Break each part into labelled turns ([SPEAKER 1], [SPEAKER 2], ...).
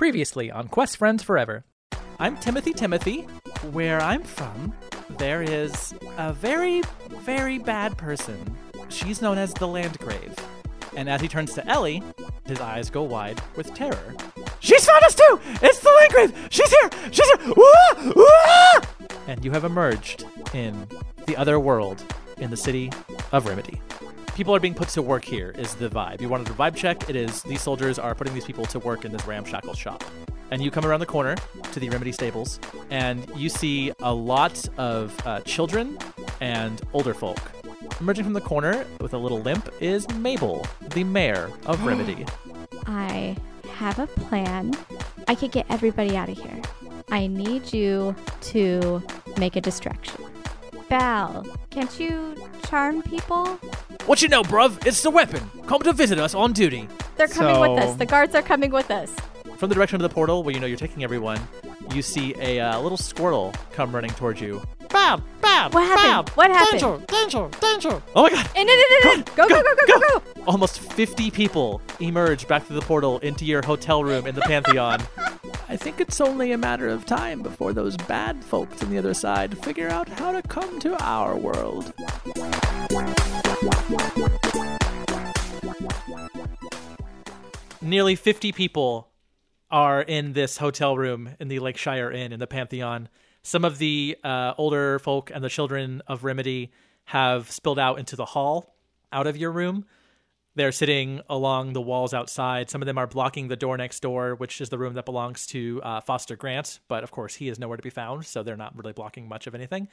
[SPEAKER 1] Previously on Quest Friends Forever. I'm Timothy Timothy. Where I'm from, there is a very, very bad person. She's known as the Landgrave. And as he turns to Ellie, his eyes go wide with terror. She's found us too! It's the Landgrave! She's here! She's here! Wah! Wah! And you have emerged in the other world in the city of Remedy people are being put to work here is the vibe. You wanted a vibe check. It is these soldiers are putting these people to work in this ramshackle shop. And you come around the corner to the Remedy Stables, and you see a lot of uh, children and older folk. Emerging from the corner with a little limp is Mabel, the mayor of Remedy.
[SPEAKER 2] I have a plan. I could get everybody out of here. I need you to make a distraction. Belle, can't you charm people?
[SPEAKER 3] What you know, bruv? It's the weapon. Come to visit us on duty.
[SPEAKER 2] They're coming with
[SPEAKER 1] So-
[SPEAKER 2] us. The guards are coming with us.
[SPEAKER 1] From the direction of the portal, where you know you're taking everyone, you see a uh, little squirrel come running towards you.
[SPEAKER 3] Bam! Bam!
[SPEAKER 2] What happened?
[SPEAKER 3] Bam!
[SPEAKER 2] What happened?
[SPEAKER 3] Danger! Danger! Danger!
[SPEAKER 1] Oh my god!
[SPEAKER 2] Eh, no, no, no, no. Go, go, go, go, go, go.
[SPEAKER 1] Almost 50 people emerge back through the portal into your hotel room in the Pantheon. I think it's only a matter of time before those bad folks on the other side figure out how to come to our world. Nearly 50 people are in this hotel room in the Lakeshire Inn in the Pantheon. Some of the uh, older folk and the children of Remedy have spilled out into the hall out of your room. They're sitting along the walls outside. Some of them are blocking the door next door, which is the room that belongs to uh, Foster Grant. But of course, he is nowhere to be found, so they're not really blocking much of anything.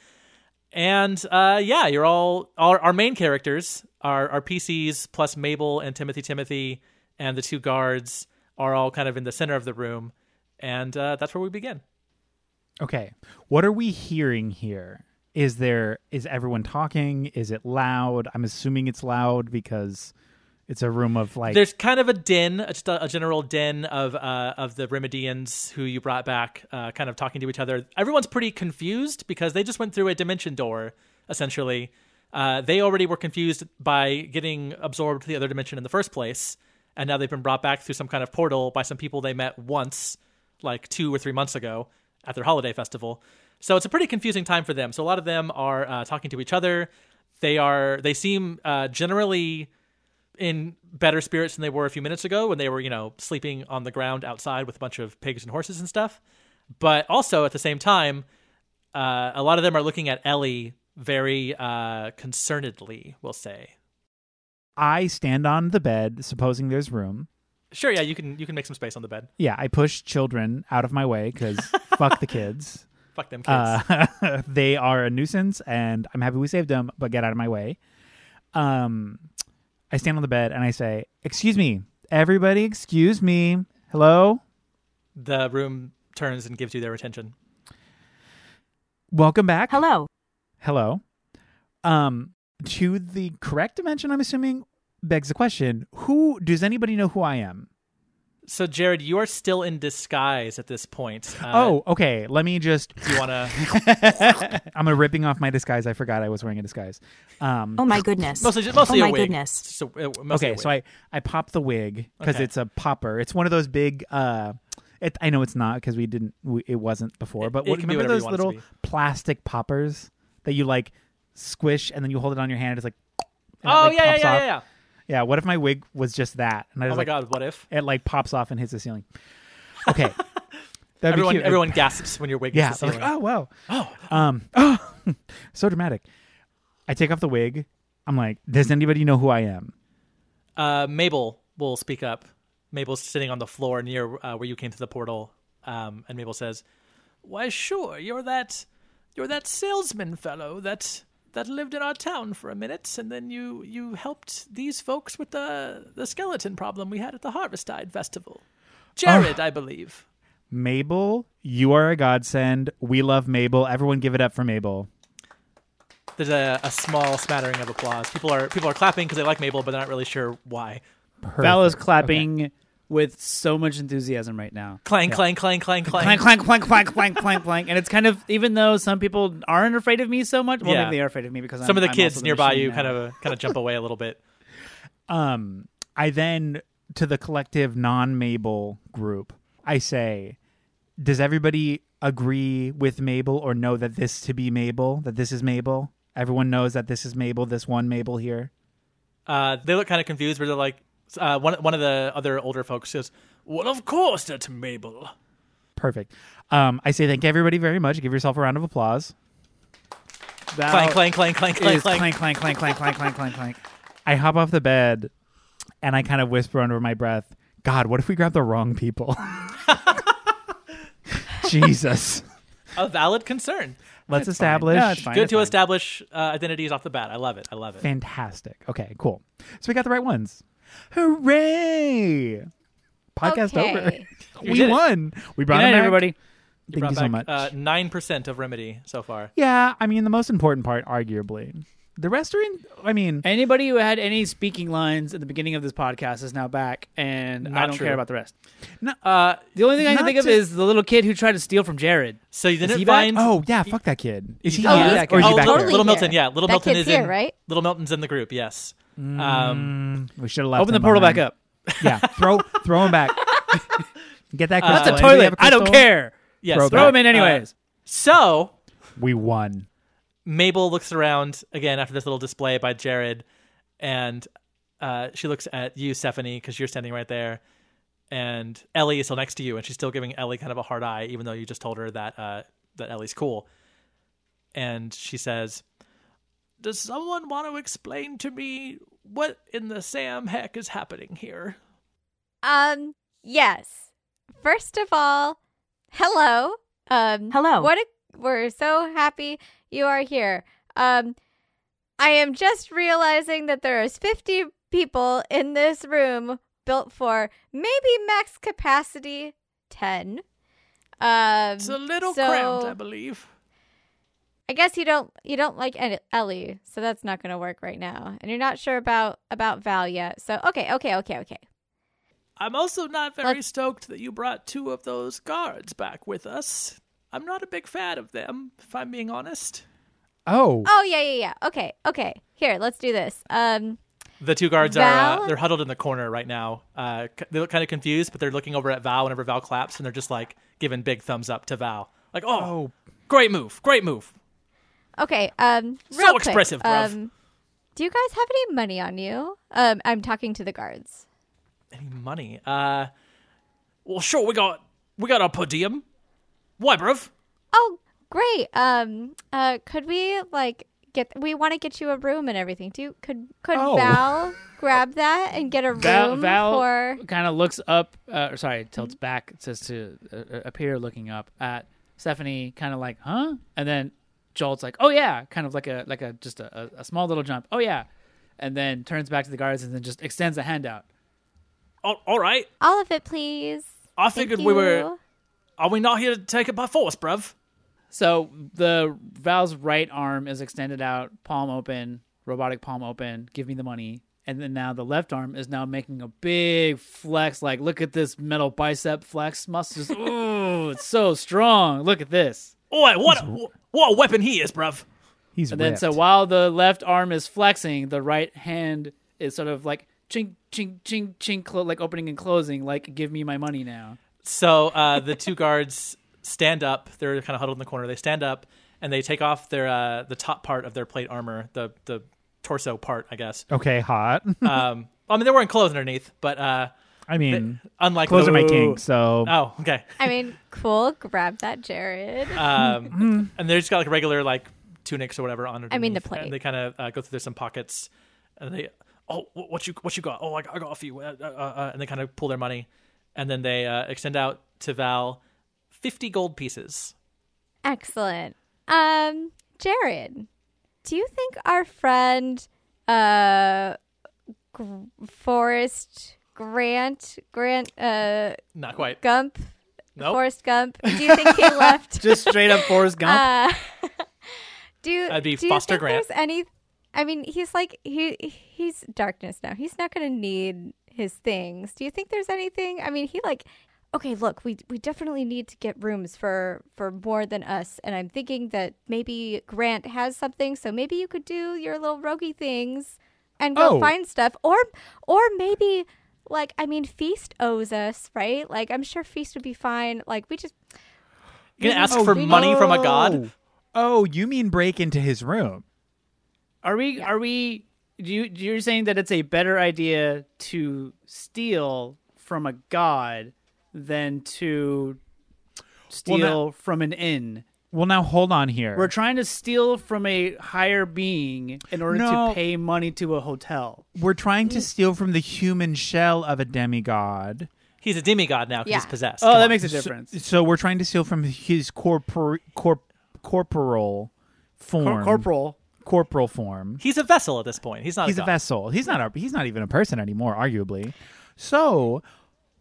[SPEAKER 1] And uh, yeah, you're all our, our main characters are our PCs plus Mabel and Timothy Timothy and the two guards are all kind of in the center of the room, and uh, that's where we begin.
[SPEAKER 4] Okay. What are we hearing here? Is there is everyone talking? Is it loud? I'm assuming it's loud because it's a room of like
[SPEAKER 1] There's kind of a din, a, just a, a general din of uh, of the Remedians who you brought back, uh, kind of talking to each other. Everyone's pretty confused because they just went through a dimension door, essentially. Uh, they already were confused by getting absorbed to the other dimension in the first place, and now they've been brought back through some kind of portal by some people they met once, like two or three months ago at their holiday festival. So it's a pretty confusing time for them. So a lot of them are uh, talking to each other. They are they seem uh, generally in better spirits than they were a few minutes ago when they were, you know, sleeping on the ground outside with a bunch of pigs and horses and stuff. But also at the same time, uh, a lot of them are looking at Ellie very uh, concernedly, we'll say.
[SPEAKER 4] I stand on the bed, supposing there's room.
[SPEAKER 1] Sure, yeah, you can you can make some space on the bed.
[SPEAKER 4] Yeah, I push children out of my way because fuck the kids.
[SPEAKER 1] Fuck them kids.
[SPEAKER 4] Uh, they are a nuisance, and I'm happy we saved them, but get out of my way. Um, I stand on the bed and I say, "Excuse me, everybody, excuse me. Hello,
[SPEAKER 1] the room turns and gives you their attention.
[SPEAKER 4] welcome back.
[SPEAKER 5] Hello.
[SPEAKER 4] hello um to the correct dimension i'm assuming begs the question who does anybody know who i am
[SPEAKER 1] So Jared, you are still in disguise at this point. Uh,
[SPEAKER 4] oh okay let me just
[SPEAKER 1] do you want to?
[SPEAKER 4] i'm a ripping off my disguise i forgot i was wearing a disguise um
[SPEAKER 5] Oh my goodness.
[SPEAKER 1] Mostly, just, mostly
[SPEAKER 5] oh
[SPEAKER 1] a
[SPEAKER 5] my
[SPEAKER 1] wig.
[SPEAKER 5] goodness.
[SPEAKER 1] So, uh, mostly
[SPEAKER 4] okay
[SPEAKER 1] a
[SPEAKER 4] so
[SPEAKER 1] wig.
[SPEAKER 4] i i pop the wig because
[SPEAKER 1] Okay.
[SPEAKER 4] it's a popper it's one of those big uh it, I know it's not because we didn't. We, it wasn't before.
[SPEAKER 1] It-
[SPEAKER 4] But
[SPEAKER 1] it
[SPEAKER 4] what,
[SPEAKER 1] can be whatever
[SPEAKER 4] remember
[SPEAKER 1] you
[SPEAKER 4] those
[SPEAKER 1] want it to
[SPEAKER 4] little
[SPEAKER 1] be.
[SPEAKER 4] plastic poppers that you like squish and then you hold it on your hand. It's like and it,
[SPEAKER 1] Oh
[SPEAKER 4] like,
[SPEAKER 1] yeah, yeah,
[SPEAKER 4] pops
[SPEAKER 1] yeah,
[SPEAKER 4] off?
[SPEAKER 1] yeah, yeah.
[SPEAKER 4] Yeah, What if my wig was just that? And I
[SPEAKER 1] Oh
[SPEAKER 4] was
[SPEAKER 1] my
[SPEAKER 4] like,
[SPEAKER 1] god, what if?
[SPEAKER 4] It like pops off and hits the ceiling. Okay. That'd
[SPEAKER 1] everyone,
[SPEAKER 4] be cute.
[SPEAKER 1] everyone gasps when your wig.
[SPEAKER 4] yeah.
[SPEAKER 1] Is
[SPEAKER 4] I'm
[SPEAKER 1] the
[SPEAKER 4] like,
[SPEAKER 1] ceiling.
[SPEAKER 4] oh wow. Oh. Um. Oh, so dramatic. I take off the wig. I'm like, does anybody know who I am?
[SPEAKER 1] Uh, Mabel will speak up. Mabel's sitting on the floor near uh, where you came through the portal, um, and Mabel says, "Why, sure, you're that, you're that salesman fellow that that lived in our town for a minute, and then you you helped these folks with the the skeleton problem we had at the Harvestide Festival. Jared, I believe.
[SPEAKER 4] Mabel, you are a godsend. We love Mabel. Everyone, give it up for Mabel.
[SPEAKER 1] There's a, a small smattering of applause. People are people are clapping because they like Mabel, but they're not really sure why.
[SPEAKER 6] Val is clapping with so much enthusiasm right now.
[SPEAKER 1] Clang, clang, clang, clang, clang.
[SPEAKER 6] Clank, clank, clank, clank, clank, clank, clank. And it's kind of, even though some people aren't afraid of me so much, well,
[SPEAKER 1] Yeah.
[SPEAKER 6] maybe they are afraid of me because
[SPEAKER 1] Some
[SPEAKER 6] I'm,
[SPEAKER 1] of the
[SPEAKER 6] I'm
[SPEAKER 1] kids
[SPEAKER 6] also
[SPEAKER 1] nearby
[SPEAKER 6] machine
[SPEAKER 1] you
[SPEAKER 6] now.
[SPEAKER 1] kind of kind of jump away a little bit.
[SPEAKER 4] Um, I then to the collective non-Mabel group. I say, does everybody agree with Mabel or know that this to be Mabel, that this is Mabel? Everyone knows that this is Mabel, this one Mabel here.
[SPEAKER 1] Uh, they look kind of confused, but they're like, uh, one one of the other older folks goes,
[SPEAKER 3] Well, of course, that's Mabel.
[SPEAKER 4] Perfect. Um, I say thank everybody very much. Give yourself a round of applause.
[SPEAKER 6] That
[SPEAKER 1] clang, clang, clang, clang, clang,
[SPEAKER 6] is
[SPEAKER 1] clang.
[SPEAKER 6] clank, clank, clank, clank, clank, clank, clank, clank.
[SPEAKER 4] I hop off the bed and I kind of whisper under my breath, God, what if we grab the wrong people? Jesus.
[SPEAKER 1] A valid concern.
[SPEAKER 4] Let's
[SPEAKER 6] It's fine.
[SPEAKER 4] establish.
[SPEAKER 6] No, it's fine.
[SPEAKER 1] Good to
[SPEAKER 6] fine.
[SPEAKER 1] establish uh, identities off the bat. I love it. I love it.
[SPEAKER 4] Fantastic. Okay, cool. So we got the right ones. Hooray! Podcast
[SPEAKER 2] okay.
[SPEAKER 4] over.
[SPEAKER 1] You
[SPEAKER 4] We
[SPEAKER 1] did it.
[SPEAKER 4] won. We brought
[SPEAKER 6] Good
[SPEAKER 4] it
[SPEAKER 6] night,
[SPEAKER 4] back.
[SPEAKER 6] everybody.
[SPEAKER 1] You
[SPEAKER 4] Thank
[SPEAKER 1] brought
[SPEAKER 4] you so much.
[SPEAKER 1] back uh, nine percent of remedy so far.
[SPEAKER 4] yeah, I mean the most important part, arguably. The rest are in. I mean,
[SPEAKER 6] Anybody who had any speaking lines at the beginning of this podcast is now back, and I
[SPEAKER 1] Not
[SPEAKER 6] don't
[SPEAKER 1] true.
[SPEAKER 6] care about the rest.
[SPEAKER 1] Uh,
[SPEAKER 6] The only thing I can
[SPEAKER 4] Not
[SPEAKER 6] think of
[SPEAKER 4] to-
[SPEAKER 6] is the little kid who tried to steal from Jared.
[SPEAKER 1] so you didn't
[SPEAKER 6] he back?
[SPEAKER 1] find
[SPEAKER 4] oh yeah, fuck that kid. Is he
[SPEAKER 1] Oh,
[SPEAKER 4] here?
[SPEAKER 1] he's-
[SPEAKER 4] or is he
[SPEAKER 1] oh,
[SPEAKER 4] back
[SPEAKER 1] totally.
[SPEAKER 4] there?
[SPEAKER 1] Little Milton, yeah, Little
[SPEAKER 2] That
[SPEAKER 1] Milton is
[SPEAKER 2] kid's here,
[SPEAKER 1] in-
[SPEAKER 2] right?
[SPEAKER 1] Little Milton's in the group. Yes. Um,
[SPEAKER 4] Mm, we should have left.
[SPEAKER 6] Open the
[SPEAKER 4] him
[SPEAKER 6] portal
[SPEAKER 4] behind.
[SPEAKER 6] back up.
[SPEAKER 4] Yeah, throw throw him back. Get that.
[SPEAKER 1] That's
[SPEAKER 4] Crystal.
[SPEAKER 1] a
[SPEAKER 4] Anybody
[SPEAKER 6] Toilet.
[SPEAKER 4] have a
[SPEAKER 6] I don't
[SPEAKER 4] crystal?
[SPEAKER 6] care.
[SPEAKER 1] yes.
[SPEAKER 4] Throw
[SPEAKER 6] Throw
[SPEAKER 4] back.
[SPEAKER 6] him
[SPEAKER 1] Uh,
[SPEAKER 6] in anyways.
[SPEAKER 1] So
[SPEAKER 4] We won.
[SPEAKER 1] Mabel looks around again after this little display by Jared, and uh, she looks at you, Stephanie, because you're standing right there, and Ellie is still next to you, and she's still giving Ellie kind of a hard eye, even though you just told her that uh, that Ellie's cool. And she says,
[SPEAKER 3] Does someone want to explain to me what in the Sam heck is happening here?
[SPEAKER 2] Um, yes. First of all, hello. Um,
[SPEAKER 5] Hello.
[SPEAKER 2] What a, we're so happy you are here. Um, I am just realizing that there is 50 people in this room built for maybe max capacity 10. Um,
[SPEAKER 3] It's a little
[SPEAKER 2] so
[SPEAKER 3] cramped, I believe.
[SPEAKER 2] I guess you don't you don't like Ed- Ellie, so that's not going to work right now. And you're not sure about about Val yet. So okay, okay, okay, okay.
[SPEAKER 3] I'm also not very
[SPEAKER 2] Let's-
[SPEAKER 3] stoked that you brought two of those guards back with us. I'm not a big fan of them, if I'm being honest.
[SPEAKER 4] Oh,
[SPEAKER 2] Oh yeah, yeah, yeah. Okay, okay. Here, let's do this. Um,
[SPEAKER 1] The two guards are uh,
[SPEAKER 2] Val?
[SPEAKER 1] they're huddled in the corner right now. Uh, c- they look kind of confused, but they're looking over at Val whenever Val claps, and they're just like giving big thumbs up to Val, like, "Oh,
[SPEAKER 4] oh,
[SPEAKER 3] Great move, great move.
[SPEAKER 2] okay. Um,
[SPEAKER 3] So
[SPEAKER 2] real quick,
[SPEAKER 3] expressive, bruv.
[SPEAKER 2] Um, do you guys have any money on you? Um, I'm talking to the guards.
[SPEAKER 1] any money?" Uh,
[SPEAKER 3] Well, sure, we got we got our per diem. Why, bruv?
[SPEAKER 2] Oh, great. Um, uh, could we like get? We want to get you a room and everything. Do you, could could
[SPEAKER 4] Oh.
[SPEAKER 2] Val grab that and get a room
[SPEAKER 6] Val, Val
[SPEAKER 2] for?
[SPEAKER 6] kind of looks up, uh, or sorry, tilts back, says to uh, uh, appear looking up at Stephanie, kind of like, huh? And then Jolt's like, oh yeah, kind of like a like a just a, a, a small little jump, oh yeah, and then turns back to the guards and then just extends a hand out.
[SPEAKER 3] All, all right.
[SPEAKER 2] All of it, please.
[SPEAKER 3] I
[SPEAKER 2] Thank
[SPEAKER 3] figured we were.
[SPEAKER 2] you.
[SPEAKER 3] Are we not here to take it by force, bruv?
[SPEAKER 6] So the Val's right arm is extended out, palm open, robotic palm open. Give me the money. And then now the left arm is now making a big flex. Like, look at this metal bicep flex muscle. Just, Ooh, it's so strong. Look at this.
[SPEAKER 3] Oi, what a, what a weapon he is, bruv.
[SPEAKER 4] he's
[SPEAKER 6] And then
[SPEAKER 4] ripped.
[SPEAKER 6] so while the left arm is flexing, the right hand is sort of like chink chink chink chink, clo- like opening and closing. Like, give me my money now.
[SPEAKER 1] So uh, the two guards stand up. They're kind of huddled in the corner. They stand up and they take off their uh, the top part of their plate armor, the the torso part, I guess.
[SPEAKER 4] okay, hot.
[SPEAKER 1] Um, I mean, they're wearing clothes underneath, but uh,
[SPEAKER 4] I mean,
[SPEAKER 1] unlike
[SPEAKER 4] clothes are my
[SPEAKER 1] Ooh.
[SPEAKER 4] king. So
[SPEAKER 1] Oh, okay.
[SPEAKER 2] I mean, cool. Grab that, Jared.
[SPEAKER 4] Mm-hmm.
[SPEAKER 1] Um, and they just got like regular like tunics or whatever on.
[SPEAKER 2] I mean, the
[SPEAKER 1] underneath,
[SPEAKER 2] plate.
[SPEAKER 1] And they kind of uh, go through there's some pockets, and they oh wh- what you what you got? Oh I got, I got a few. Uh, uh, uh, and they kind of pull their money, and then they uh, extend out to Val fifty gold pieces.
[SPEAKER 2] Excellent. Um, Jared, do you think our friend, uh, G- Forrest Grant, Grant, uh,
[SPEAKER 1] Not quite.
[SPEAKER 2] Gump,
[SPEAKER 1] Nope.
[SPEAKER 2] Forrest Gump, do you think he left?
[SPEAKER 6] Just straight up Forrest Gump.
[SPEAKER 2] uh, do you,
[SPEAKER 1] That'd be
[SPEAKER 2] do you
[SPEAKER 1] Foster
[SPEAKER 2] think
[SPEAKER 1] Grant.
[SPEAKER 2] there's any? I mean, he's like he he's darkness now. He's not going to need his things. Do you think there's anything? I mean, he like okay, look, we we definitely need to get rooms for for more than us. And I'm thinking that maybe Grant has something, so maybe you could do your little roguey things and go
[SPEAKER 4] Oh.
[SPEAKER 2] find stuff, or or maybe Like, I mean, Feast owes us, right? Like, I'm sure Feast would be fine. Like, we just
[SPEAKER 1] You gonna ask
[SPEAKER 2] Oh,
[SPEAKER 1] for
[SPEAKER 2] we
[SPEAKER 1] money from a god?
[SPEAKER 4] Oh. Oh, you mean break into his room?
[SPEAKER 6] Are we? Are we? Do you? You're saying that it's a better idea to steal from a god than to steal from an inn.
[SPEAKER 4] Well, now hold on here.
[SPEAKER 6] We're trying to steal from a higher being in order
[SPEAKER 4] No.
[SPEAKER 6] to pay money to a hotel.
[SPEAKER 4] We're trying to steal from the human shell of a demigod.
[SPEAKER 1] He's a demigod now 'cause he's
[SPEAKER 2] Yeah.
[SPEAKER 1] possessed.
[SPEAKER 6] Oh,
[SPEAKER 1] Come
[SPEAKER 6] that
[SPEAKER 1] on.
[SPEAKER 6] makes a difference.
[SPEAKER 4] So we're trying to steal from his corpor- corp- corporal form.
[SPEAKER 6] Cor- corporal.
[SPEAKER 4] Corporal form.
[SPEAKER 1] He's a vessel at this point. He's not
[SPEAKER 4] he's
[SPEAKER 1] a
[SPEAKER 4] a
[SPEAKER 1] god.
[SPEAKER 4] vessel. He's not a, he's not even a person anymore, arguably. So,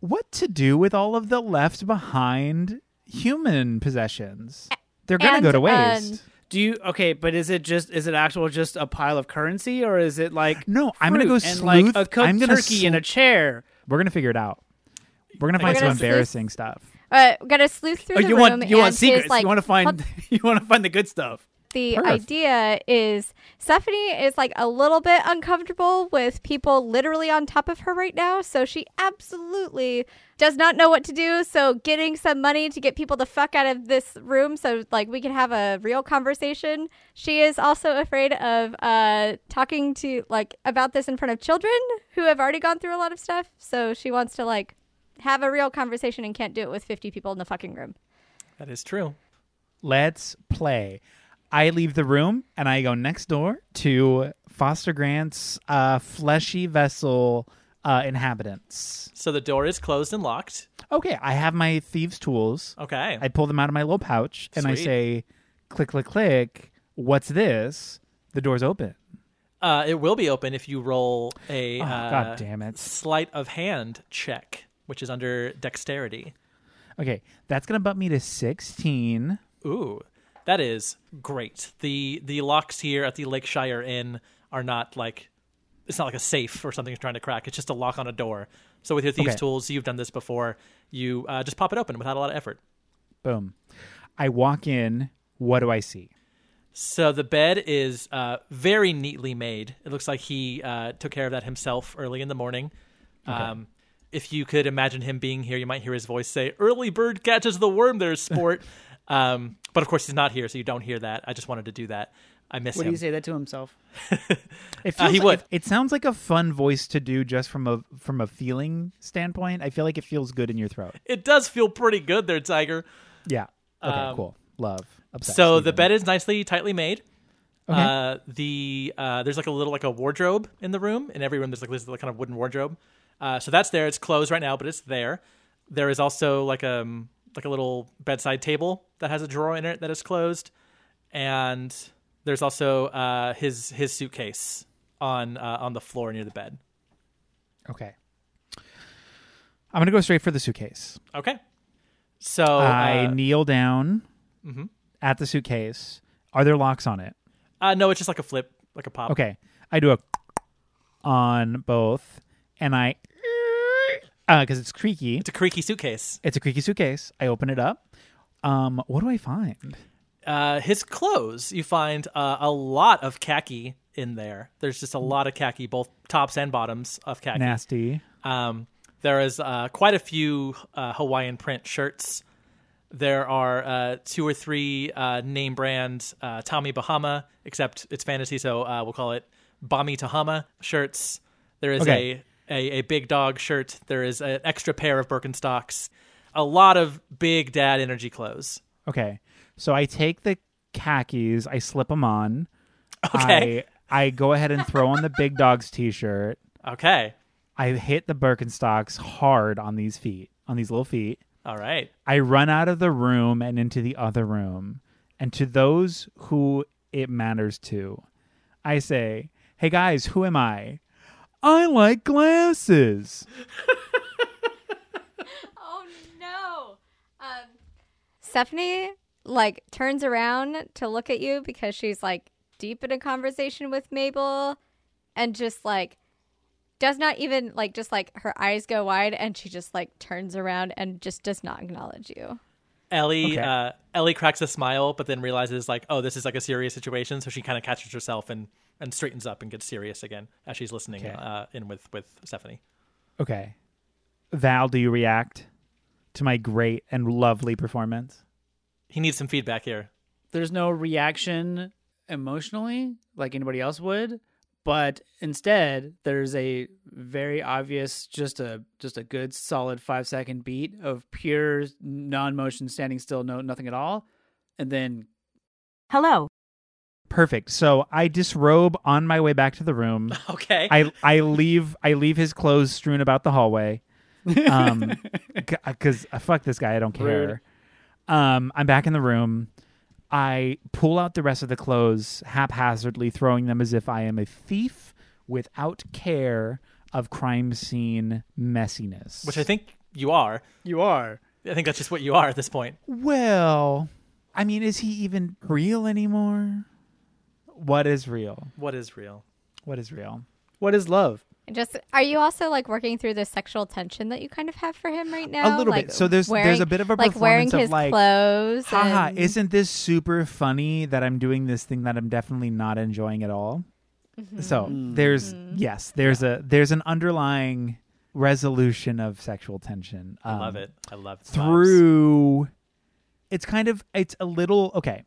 [SPEAKER 4] what to do with all of the left behind human possessions? They're gonna
[SPEAKER 2] And,
[SPEAKER 4] go to
[SPEAKER 2] um,
[SPEAKER 4] waste.
[SPEAKER 6] Do you okay? But is it just is it actual just a pile of currency or is it like
[SPEAKER 4] No, I'm gonna go
[SPEAKER 6] fruit and like a
[SPEAKER 4] sleuth-
[SPEAKER 6] cooked
[SPEAKER 4] I'm gonna
[SPEAKER 6] turkey
[SPEAKER 4] sl-
[SPEAKER 6] and a chair?
[SPEAKER 4] We're gonna figure it out. We're gonna find
[SPEAKER 2] We're
[SPEAKER 4] some
[SPEAKER 2] gonna sleuth-
[SPEAKER 4] embarrassing stuff.
[SPEAKER 2] uh, gotta sleuth through
[SPEAKER 6] Oh,
[SPEAKER 2] the
[SPEAKER 6] you
[SPEAKER 2] room.
[SPEAKER 6] want you
[SPEAKER 2] and
[SPEAKER 6] want secrets?
[SPEAKER 2] His, like,
[SPEAKER 6] you want to find
[SPEAKER 2] hold-
[SPEAKER 6] you want to find the good stuff.
[SPEAKER 2] the
[SPEAKER 4] Perf.
[SPEAKER 2] idea is Stephanie is like a little bit uncomfortable with people literally on top of her right now, so she absolutely does not know what to do. So getting some money to get people the fuck out of this room so like we can have a real conversation. She is also afraid of uh talking to like about this in front of children who have already gone through a lot of stuff, so she wants to like have a real conversation and can't do it with 50 people in the fucking room.
[SPEAKER 1] That is true.
[SPEAKER 4] Let's play. I leave the room and I go next door to Foster Grant's uh, fleshy vessel uh, inhabitants.
[SPEAKER 1] So the door is closed and locked.
[SPEAKER 4] Okay, I have my thieves' tools.
[SPEAKER 1] Okay.
[SPEAKER 4] I pull them out of my little pouch and I
[SPEAKER 1] Sweet.
[SPEAKER 4] say, click, click, click. What's this? The door's open.
[SPEAKER 1] Uh, it will be open if you roll a
[SPEAKER 4] Oh,
[SPEAKER 1] uh,
[SPEAKER 4] God damn it.
[SPEAKER 1] sleight of hand check, which is under dexterity.
[SPEAKER 4] Okay, that's going to bump me to 16.
[SPEAKER 1] Ooh, that is great. the The locks here at the Lakeshire Inn are not like it's not like a safe or something you're trying to crack. It's just a lock on a door. So with your thieves'
[SPEAKER 4] Okay.
[SPEAKER 1] tools, you've done this before. You uh, just pop it open without a lot of effort.
[SPEAKER 4] Boom. I walk in. What do I see?
[SPEAKER 1] So the bed is uh, very neatly made. It looks like he uh, took care of that himself early in the morning. Um, if you could imagine him being here, you might hear his voice say, "Early bird catches the worm." There, sport. um, but of course, he's not here, so you don't hear that. I just wanted to do that. I miss
[SPEAKER 6] Would
[SPEAKER 1] him.
[SPEAKER 6] he say that to himself?
[SPEAKER 4] It
[SPEAKER 1] Uh, he
[SPEAKER 4] feels-
[SPEAKER 1] would.
[SPEAKER 4] It, it sounds like a fun voice to do, just from a from a feeling standpoint. I feel like it feels good in your throat.
[SPEAKER 1] It does feel pretty good there, Tiger.
[SPEAKER 4] Yeah. Okay.
[SPEAKER 1] Um,
[SPEAKER 4] cool. Love. Obsessed,
[SPEAKER 1] so the
[SPEAKER 4] even.
[SPEAKER 1] bed is nicely, tightly made.
[SPEAKER 4] Okay.
[SPEAKER 1] Uh, the uh, there's like a little like a wardrobe in the room. In every room, there's like this little kind of wooden wardrobe. Uh, so that's there. It's closed right now, but it's there. There is also like um like a little bedside table that has a drawer in it that is closed, and there's also uh, his his suitcase on uh, on the floor near the bed.
[SPEAKER 4] Okay. I'm gonna go straight for the suitcase.
[SPEAKER 1] Okay. So
[SPEAKER 4] I
[SPEAKER 1] uh, mm-hmm.
[SPEAKER 4] kneel down at the suitcase. Are there locks on it?
[SPEAKER 1] uh, no, it's just like a flip, like a pop.
[SPEAKER 4] Okay. I do a on both, and I because it's creaky.
[SPEAKER 1] It's a creaky suitcase.
[SPEAKER 4] It's a creaky suitcase. I open it up. Um, what do I find?
[SPEAKER 1] uh, his clothes. You find uh, a lot of khaki in there. There's just a lot of khaki, both tops and bottoms of khaki.
[SPEAKER 4] Nasty.
[SPEAKER 1] Um, there is uh, quite a few uh, Hawaiian print shirts. There are uh, two or three uh, name brand uh, Tommy Bahama, except it's fantasy, so uh, we'll call it Bommy Tahama shirts. There is
[SPEAKER 4] Okay.
[SPEAKER 1] a, a a big dog shirt. There is an extra pair of Birkenstocks. A lot of big dad energy clothes.
[SPEAKER 4] Okay. So I take the khakis, I slip them on.
[SPEAKER 1] Okay.
[SPEAKER 4] I, I go ahead and throw on the big dog's t shirt.
[SPEAKER 1] Okay,
[SPEAKER 4] I hit the Birkenstocks hard on these feet, on these little feet.
[SPEAKER 1] all right.
[SPEAKER 4] I run out of the room and into the other room. And to those who it matters to, I say, Hey guys, who am I? I like glasses.
[SPEAKER 2] Oh no. Um, Stephanie like turns around to look at you because she's like deep in a conversation with Mabel and just like does not even like just like her eyes go wide and she just like turns around and just does not acknowledge you.
[SPEAKER 1] Ellie
[SPEAKER 4] Okay.
[SPEAKER 1] uh, Ellie cracks a smile, but then realizes like, oh, this is like a serious situation. So she kind of catches herself and and straightens up and gets serious again as she's listening
[SPEAKER 4] Okay.
[SPEAKER 1] uh, in with with Stephanie.
[SPEAKER 4] Okay. Val, do you react to my great and lovely performance?
[SPEAKER 1] He needs some feedback here.
[SPEAKER 6] There's no reaction emotionally like anybody else would, but instead there's a very obvious just a just a good solid 5 second beat of pure non-motion standing still no nothing at all and then
[SPEAKER 5] Hello.
[SPEAKER 4] Perfect. So I disrobe on my way back to the room.
[SPEAKER 1] Okay.
[SPEAKER 4] I I leave I leave his clothes strewn about the hallway. Um, because uh, fuck this guy, I don't care. Um, I'm back in the room. I pull out the rest of the clothes haphazardly, throwing them as if I am a thief without care of crime scene messiness.
[SPEAKER 1] Which I think you are.
[SPEAKER 6] you are
[SPEAKER 1] I think that's just what you are at this point.
[SPEAKER 4] well, I mean, is he even real anymore? What is real?
[SPEAKER 1] What is real?
[SPEAKER 4] What is real?
[SPEAKER 6] what is love?
[SPEAKER 2] And Just are you also like working through the sexual tension that you kind of have for him right now?
[SPEAKER 4] little
[SPEAKER 2] Like,
[SPEAKER 4] bit. So there's-
[SPEAKER 2] wearing,
[SPEAKER 4] there's a bit of a
[SPEAKER 2] like wearing
[SPEAKER 4] performance of,
[SPEAKER 2] his
[SPEAKER 4] like,
[SPEAKER 2] clothes.
[SPEAKER 4] Haha,
[SPEAKER 2] and-
[SPEAKER 4] isn't this super funny that I'm doing this thing that I'm definitely not enjoying at all?
[SPEAKER 2] Mm-hmm.
[SPEAKER 4] So
[SPEAKER 1] Mm-hmm.
[SPEAKER 4] there's yes, there's a there's an underlying resolution of sexual tension.
[SPEAKER 1] I
[SPEAKER 4] um,
[SPEAKER 1] love it. I love the vibes.
[SPEAKER 4] Through it's kind of it's a little okay.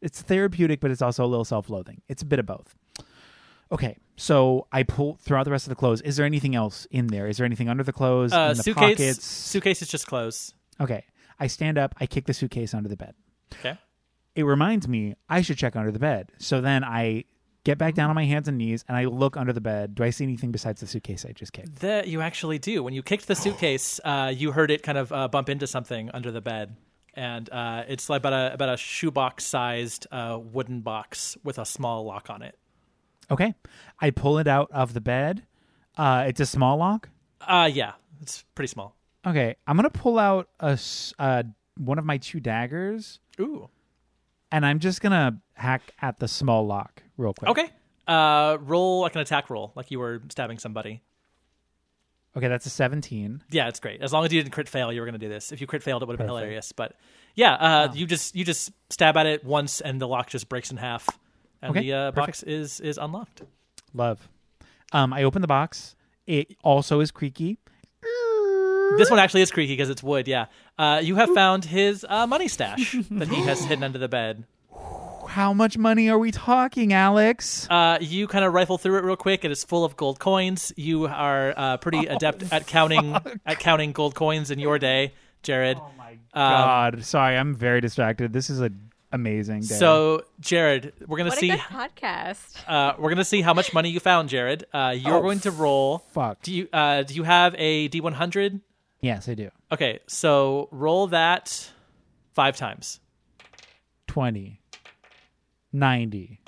[SPEAKER 4] It's therapeutic, but it's also a little self loathing. It's a bit of both. Okay. So I pull throughout the rest of the clothes. Is there anything else in there? Is there anything under the clothes?
[SPEAKER 1] Uh,
[SPEAKER 4] in the
[SPEAKER 1] suitcase.
[SPEAKER 4] pockets?
[SPEAKER 1] Suitcase is just clothes.
[SPEAKER 4] Okay. I stand up, I kick the suitcase under the bed.
[SPEAKER 1] Okay.
[SPEAKER 4] It reminds me I should check under the bed. So then I get back down on my hands and knees and I look under the bed. Do I see anything besides the suitcase I just kicked?
[SPEAKER 1] That you actually do. When you kicked
[SPEAKER 4] Oh.
[SPEAKER 1] the suitcase, uh, you heard it kind of uh, bump into something under the bed, and uh, it's like about a about a shoebox sized uh, wooden box with a small lock on it.
[SPEAKER 4] Okay. I pull it out of the bed. Uh, it's a small lock.
[SPEAKER 1] Uh, yeah, it's pretty small.
[SPEAKER 4] Okay. I'm going to pull out a, s- uh, one of my two daggers
[SPEAKER 1] Ooh.
[SPEAKER 4] and I'm just going to hack at the small lock real quick.
[SPEAKER 1] Okay. Uh, roll like an attack roll, like you were stabbing somebody.
[SPEAKER 4] Okay. That's a 17.
[SPEAKER 1] Yeah, it's great. As long as you didn't crit fail, you were going to do this. If you crit failed, it would have been
[SPEAKER 4] Perfect.
[SPEAKER 1] hilarious. But yeah, uh, you just you just stab at it once, and the lock just breaks in half, and
[SPEAKER 4] Okay,
[SPEAKER 1] the uh,
[SPEAKER 4] perfect.
[SPEAKER 1] box is is unlocked.
[SPEAKER 4] Love. Um, I open the box. It also is creaky.
[SPEAKER 1] This one actually is creaky because it's wood. Yeah, uh, you have found his uh, money stash that he has hidden under the bed.
[SPEAKER 4] How much money are we talking, Alex?
[SPEAKER 1] Uh, you kind of rifle through it real quick. It is full of gold coins. You are uh, pretty adept at counting at counting gold coins in your day, Jared. Oh my
[SPEAKER 4] God, sorry, I'm very distracted. This is an amazing day.
[SPEAKER 1] So, Jared, we're gonna
[SPEAKER 2] What a
[SPEAKER 1] see
[SPEAKER 2] good podcast.
[SPEAKER 1] uh, we're gonna see how much money you found, Jared. Uh, you're going to roll.
[SPEAKER 4] fuck.
[SPEAKER 1] Do you uh, do you have a D100?
[SPEAKER 4] yes, I do.
[SPEAKER 1] Okay, so roll that five times.
[SPEAKER 4] 20, 90,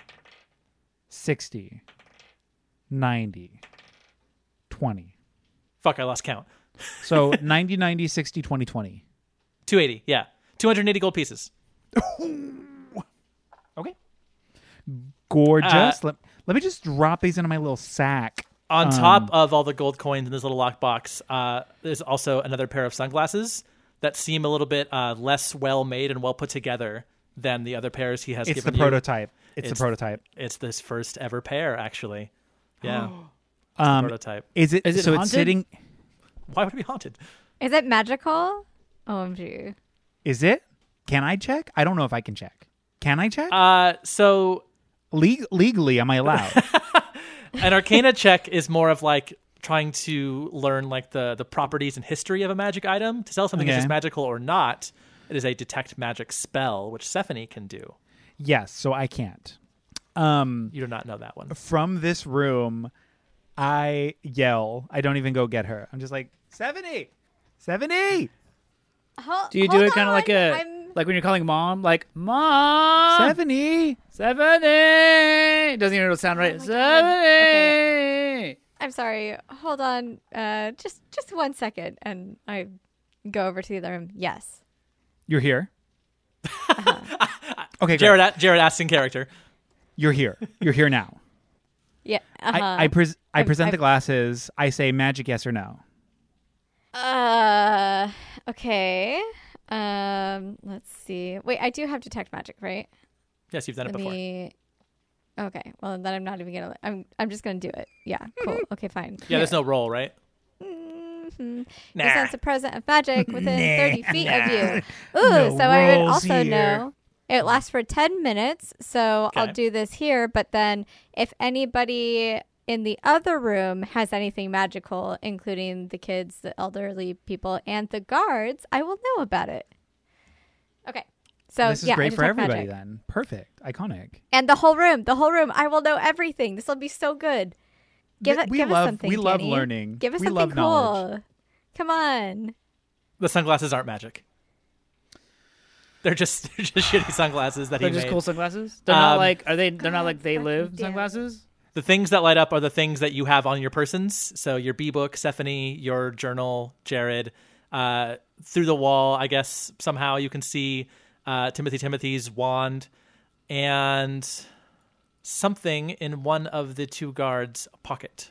[SPEAKER 4] 60, 90, 20.
[SPEAKER 1] Fuck, I lost count.
[SPEAKER 4] So 90, 90, 60, 20, 20.
[SPEAKER 1] 280. Yeah, 280 gold pieces.
[SPEAKER 4] Okay. Gorgeous.
[SPEAKER 1] Uh,
[SPEAKER 4] let, let me just drop these into my little sack.
[SPEAKER 1] On top of all the gold coins in this little lockbox, uh, there's also another pair of sunglasses that seem a little bit uh, less well made and well put together than the other pairs he has
[SPEAKER 4] It's the
[SPEAKER 1] given
[SPEAKER 4] prototype. It's,
[SPEAKER 1] It's-
[SPEAKER 4] the prototype.
[SPEAKER 1] you. It's this first ever pair, actually. Yeah,
[SPEAKER 4] Um,
[SPEAKER 1] prototype.
[SPEAKER 4] is it,
[SPEAKER 6] Is it
[SPEAKER 4] so
[SPEAKER 6] haunted?
[SPEAKER 4] it's sitting
[SPEAKER 1] Why would it be haunted?
[SPEAKER 2] Is it magical? OMG.
[SPEAKER 4] is it? Can I check? I don't know if I can check. Can I check?
[SPEAKER 1] Uh, so
[SPEAKER 4] Leg- legally am I allowed?
[SPEAKER 1] an arcana check is more of like trying to learn like the the properties and history of a magic item to tell if something is
[SPEAKER 4] Okay.
[SPEAKER 1] just magical or not it is a detect magic spell which stephanie can do
[SPEAKER 4] Yes, so I can't. Um,
[SPEAKER 1] you do not know that one
[SPEAKER 4] from this room, I yell. I don't even go get her. I'm just like, E, 70, 70,
[SPEAKER 2] Hol-
[SPEAKER 6] Do you do
[SPEAKER 2] hold
[SPEAKER 6] it kind of like
[SPEAKER 2] on,
[SPEAKER 6] a
[SPEAKER 2] I'm-
[SPEAKER 6] like when you're calling mom, like mom
[SPEAKER 4] 70.
[SPEAKER 6] seventy? It Doesn't even sound right.
[SPEAKER 2] Oh God.
[SPEAKER 6] Seventy.
[SPEAKER 2] I'm sorry. Hold on. Uh, just just one second, and I go over to the other room. Yes.
[SPEAKER 4] You're here. okay, Uh-huh. Jared.
[SPEAKER 1] jared jared asks in character
[SPEAKER 4] You're here. You're here now.
[SPEAKER 2] Yeah. Uh-huh.
[SPEAKER 4] I I, pres I
[SPEAKER 2] I've-
[SPEAKER 4] present
[SPEAKER 2] I've-
[SPEAKER 4] the glasses. I say magic, yes or no.
[SPEAKER 2] Uh, okay. Um, let's see. Wait, I do have detect magic, right?
[SPEAKER 1] yes you've done it
[SPEAKER 2] Let
[SPEAKER 1] before
[SPEAKER 2] me. Okay. Well, then I'm not even gonna. I'm. I'm just gonna do it. Yeah. Cool. Okay. Fine.
[SPEAKER 1] yeah there's no roll right
[SPEAKER 2] hmm
[SPEAKER 3] Nah.
[SPEAKER 2] sense a present of magic within
[SPEAKER 4] Nah,
[SPEAKER 2] 30 feet of you.
[SPEAKER 4] nah.
[SPEAKER 2] Ooh,
[SPEAKER 4] No
[SPEAKER 2] so I would
[SPEAKER 4] rolls
[SPEAKER 2] also
[SPEAKER 4] here.
[SPEAKER 2] know. It lasts for 10 minutes, so
[SPEAKER 3] Okay.
[SPEAKER 2] I'll do this here. But then if anybody in the other room has anything magical, including the kids, the elderly people, and the guards, I will know about it. Okay. So
[SPEAKER 4] this is
[SPEAKER 2] yeah, I
[SPEAKER 4] great for
[SPEAKER 2] detect
[SPEAKER 4] everybody
[SPEAKER 2] magic.
[SPEAKER 4] then. Perfect. Iconic.
[SPEAKER 2] And the whole room, the whole room. I will know everything. This will be so good. Give
[SPEAKER 4] Th-
[SPEAKER 2] it.
[SPEAKER 4] we
[SPEAKER 2] give
[SPEAKER 4] love-
[SPEAKER 2] us something.
[SPEAKER 4] we love
[SPEAKER 2] Kenny.
[SPEAKER 4] learning.
[SPEAKER 2] Give us
[SPEAKER 4] We
[SPEAKER 2] something
[SPEAKER 4] love
[SPEAKER 2] cool.
[SPEAKER 4] knowledge.
[SPEAKER 2] Come on.
[SPEAKER 1] The sunglasses aren't magic. They're just they're just shitty sunglasses that
[SPEAKER 6] They're
[SPEAKER 1] he
[SPEAKER 6] just
[SPEAKER 1] made.
[SPEAKER 6] cool sunglasses. They're not
[SPEAKER 1] Um,
[SPEAKER 6] like are they? They're not like they
[SPEAKER 2] God
[SPEAKER 6] live
[SPEAKER 2] damn it.
[SPEAKER 6] sunglasses.
[SPEAKER 1] The things that light up are the things that you have on your persons. So your B book, Stephanie, your journal, Jared. Uh, through the wall, I guess somehow you can see uh, Timothy Timothy's wand and something in one of the two guards' pocket.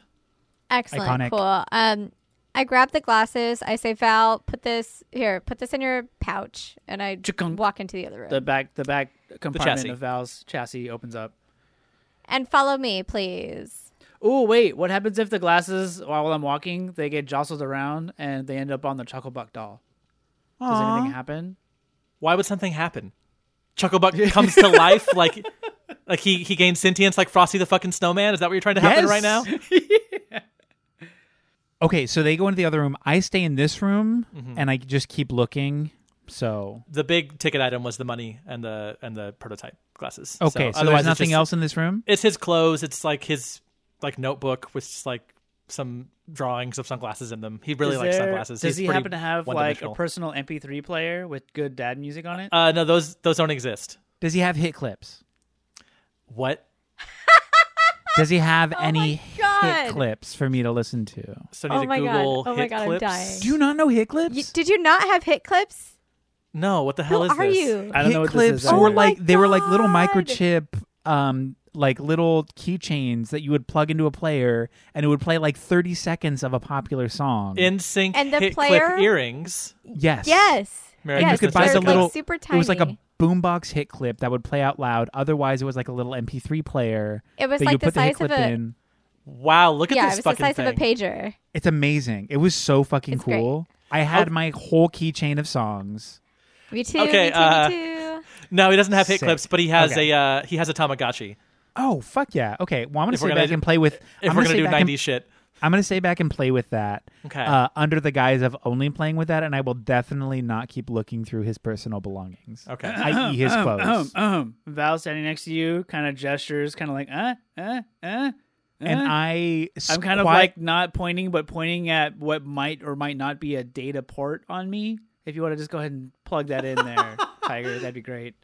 [SPEAKER 2] Excellent.
[SPEAKER 4] Iconic.
[SPEAKER 2] Cool. Um, I grab the glasses. I say, Val, put this here. Put this in your pouch, and I
[SPEAKER 6] Chukunk.
[SPEAKER 2] walk into the other room.
[SPEAKER 6] The back the back compartment
[SPEAKER 1] chassis.
[SPEAKER 6] of Val's chassis opens up.
[SPEAKER 2] and follow me, please.
[SPEAKER 6] Oh wait, what happens if the glasses while I'm walking they get jostled around and they end up on the Chucklebuck doll? Does anything happen?
[SPEAKER 1] Why would something happen? Chucklebuck comes to life like like he he gains sentience like Frosty the fucking snowman. Is that what you're trying to happen
[SPEAKER 4] Yes.
[SPEAKER 1] right now?
[SPEAKER 4] Okay, so they go into the other room. I stay in this room and I just keep looking. So
[SPEAKER 1] The big ticket item was the money and the and the prototype glasses.
[SPEAKER 4] okay, so,
[SPEAKER 1] otherwise
[SPEAKER 4] there's
[SPEAKER 1] it's
[SPEAKER 4] nothing
[SPEAKER 1] just-
[SPEAKER 4] else in this room.
[SPEAKER 1] It's his clothes. It's like his like notebook with just like some drawings of sunglasses in them. He really
[SPEAKER 6] Is
[SPEAKER 1] likes
[SPEAKER 6] there-
[SPEAKER 1] sunglasses. He's
[SPEAKER 6] Does he
[SPEAKER 1] pretty
[SPEAKER 6] happen to have like a
[SPEAKER 1] one-dimensional.
[SPEAKER 6] personal MP3 player with good dad music on it?
[SPEAKER 1] Uh, no, those those don't exist.
[SPEAKER 4] Does he have hit clips?
[SPEAKER 1] What?
[SPEAKER 4] Does he have any
[SPEAKER 2] Oh God.
[SPEAKER 4] hit clips for me to listen to?
[SPEAKER 1] So I need
[SPEAKER 2] Oh
[SPEAKER 1] to
[SPEAKER 2] my God.
[SPEAKER 1] Google
[SPEAKER 2] Oh my
[SPEAKER 1] hit
[SPEAKER 2] God, I'm
[SPEAKER 1] clips.
[SPEAKER 2] dying.
[SPEAKER 4] Do you not know hit clips?
[SPEAKER 2] You, did you not have hit clips?
[SPEAKER 1] No, what the hell is
[SPEAKER 2] Who are
[SPEAKER 1] this?
[SPEAKER 2] you?
[SPEAKER 6] I don't
[SPEAKER 4] hit
[SPEAKER 6] know what
[SPEAKER 4] clips
[SPEAKER 6] this is.
[SPEAKER 4] were
[SPEAKER 2] Oh
[SPEAKER 6] either.
[SPEAKER 4] like
[SPEAKER 2] my
[SPEAKER 4] they were like little
[SPEAKER 2] God.
[SPEAKER 4] microchip, um, like little keychains that you would plug into a player, and it would play like thirty seconds of a popular song.
[SPEAKER 1] In sync
[SPEAKER 2] And the
[SPEAKER 1] hit
[SPEAKER 2] player-
[SPEAKER 1] clip earrings.
[SPEAKER 4] yes,
[SPEAKER 2] Yes.
[SPEAKER 1] Mary
[SPEAKER 2] yes.
[SPEAKER 4] you could buy
[SPEAKER 2] they're
[SPEAKER 4] the little.
[SPEAKER 2] Like super tiny.
[SPEAKER 4] It was like a boombox hit clip that would play out loud. Otherwise, it was like a little MP3 player
[SPEAKER 2] It was
[SPEAKER 4] that you
[SPEAKER 2] like the
[SPEAKER 4] put the hit
[SPEAKER 2] size of
[SPEAKER 4] clip
[SPEAKER 2] a.
[SPEAKER 4] in.
[SPEAKER 1] Wow, look at
[SPEAKER 2] Yeah, it
[SPEAKER 1] this
[SPEAKER 2] was the
[SPEAKER 1] fucking
[SPEAKER 2] size
[SPEAKER 1] thing.
[SPEAKER 2] of a pager.
[SPEAKER 4] It's amazing. It was so fucking
[SPEAKER 2] It's great.
[SPEAKER 4] cool. I had my whole keychain of songs.
[SPEAKER 2] Me too.
[SPEAKER 1] Okay,
[SPEAKER 2] Me too.
[SPEAKER 1] uh,
[SPEAKER 2] me too.
[SPEAKER 1] No, he doesn't have hit
[SPEAKER 4] Sick.
[SPEAKER 1] clips, but he has
[SPEAKER 4] Okay.
[SPEAKER 1] a uh, he has a Tamagotchi.
[SPEAKER 4] Oh fuck yeah! Okay, well I'm gonna
[SPEAKER 1] If
[SPEAKER 4] stay
[SPEAKER 1] we're gonna
[SPEAKER 4] back
[SPEAKER 1] do-
[SPEAKER 4] and play with.
[SPEAKER 1] If
[SPEAKER 4] I'm
[SPEAKER 1] we're
[SPEAKER 4] gonna
[SPEAKER 1] gonna
[SPEAKER 4] stay
[SPEAKER 1] do
[SPEAKER 4] back and-
[SPEAKER 1] '90s shit,
[SPEAKER 4] I'm gonna stay back and play with that.
[SPEAKER 1] Okay.
[SPEAKER 4] Uh, under the guise of only playing with that, and I will definitely not keep looking through his personal belongings.
[SPEAKER 1] okay.
[SPEAKER 4] I.e. his clothes.
[SPEAKER 6] Um, um, Val standing next to you, kind of gestures, kind of like, uh, uh, uh.
[SPEAKER 4] And I,
[SPEAKER 6] I'm kind of
[SPEAKER 4] squat-
[SPEAKER 6] like not pointing, but pointing at what might or might not be a data port on me. If you want to just go ahead and plug that in there, Tiger, that'd be great.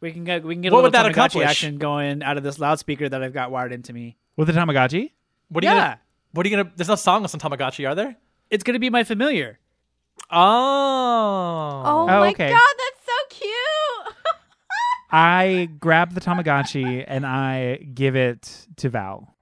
[SPEAKER 6] We can get we can get
[SPEAKER 1] What
[SPEAKER 6] a
[SPEAKER 1] would
[SPEAKER 6] little
[SPEAKER 1] that
[SPEAKER 6] Tamagotchi
[SPEAKER 1] accomplish?
[SPEAKER 6] action going out of this loudspeaker that I've got wired into me.
[SPEAKER 4] with a Tamagotchi.
[SPEAKER 1] What are you?
[SPEAKER 6] Yeah,
[SPEAKER 1] Gonna, what are you gonna? There's no song on some Tamagotchi, are there?
[SPEAKER 6] it's gonna be my familiar.
[SPEAKER 1] Oh.
[SPEAKER 2] Oh, my
[SPEAKER 4] okay.
[SPEAKER 2] god, that's so cute.
[SPEAKER 4] I grab the Tamagotchi and I give it to Val.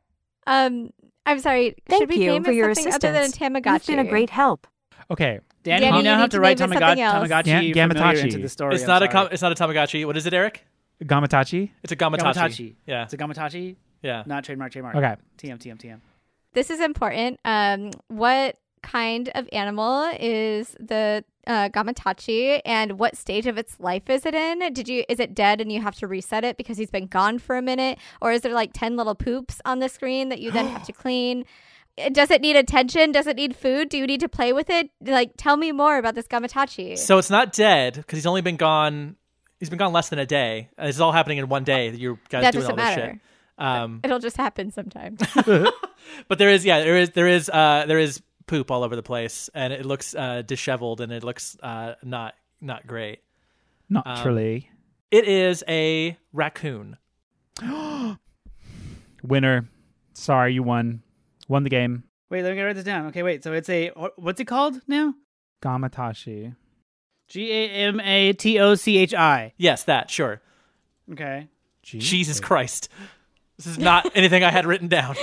[SPEAKER 2] Um, I'm sorry.
[SPEAKER 5] Thank
[SPEAKER 2] should we
[SPEAKER 5] you
[SPEAKER 2] name
[SPEAKER 5] for
[SPEAKER 2] it
[SPEAKER 5] your
[SPEAKER 2] something
[SPEAKER 5] assistance.
[SPEAKER 2] other than a Tamagotchi?
[SPEAKER 5] You've been a great help.
[SPEAKER 4] Okay,
[SPEAKER 6] Danny,
[SPEAKER 2] Danny,
[SPEAKER 6] you now
[SPEAKER 2] you
[SPEAKER 6] have
[SPEAKER 2] need
[SPEAKER 6] to
[SPEAKER 2] to
[SPEAKER 6] write
[SPEAKER 2] name it
[SPEAKER 6] Tamagotchi,
[SPEAKER 2] something else.
[SPEAKER 6] Tamagotchi
[SPEAKER 4] Ga-
[SPEAKER 6] familiar
[SPEAKER 4] Gamatachi.
[SPEAKER 6] into the story.
[SPEAKER 1] It's
[SPEAKER 6] I'm
[SPEAKER 1] not a
[SPEAKER 6] sorry.
[SPEAKER 1] com- it's not a Tamagotchi. What is it, Eric?
[SPEAKER 4] Gamatachi.
[SPEAKER 1] It's a Gamatachi.
[SPEAKER 6] Gamatachi.
[SPEAKER 1] Yeah,
[SPEAKER 6] It's a Gamatachi,
[SPEAKER 1] yeah.
[SPEAKER 6] not trademark, trademark.
[SPEAKER 4] Okay,
[SPEAKER 6] TM, TM, TM.
[SPEAKER 2] This is important. Um, what kind of animal is the uh, gamatachi, and what stage of its life is it in? Did you is it dead and you have to reset it because he's been gone for a minute, or is there like ten little poops on the screen that you then have to clean? Uh, Does it need attention? Does it need food? Do you need to play with it? Like, tell me more about this gamatachi.
[SPEAKER 1] So it's not dead because he's only been gone. He's been gone less than a day. And This is all happening in one day. That you guys
[SPEAKER 2] that
[SPEAKER 1] doing all
[SPEAKER 2] doesn't
[SPEAKER 1] this
[SPEAKER 2] matter.
[SPEAKER 1] shit. Um,
[SPEAKER 2] It'll just happen sometime.
[SPEAKER 1] but there is, yeah, there is, there is, uh, there is poop all over the place, and it looks uh, disheveled, and it looks uh, not not great. Um,
[SPEAKER 4] naturally.
[SPEAKER 1] It is a raccoon.
[SPEAKER 4] Winner. Sorry, you won. Won the game.
[SPEAKER 6] Wait, let me write this down. Okay, wait. So it's a what's it called now?
[SPEAKER 4] Gamatashi.
[SPEAKER 6] G A M A T O C H I.
[SPEAKER 1] Yes, that sure.
[SPEAKER 6] Okay.
[SPEAKER 1] Jesus Christ, this is not anything I had written down.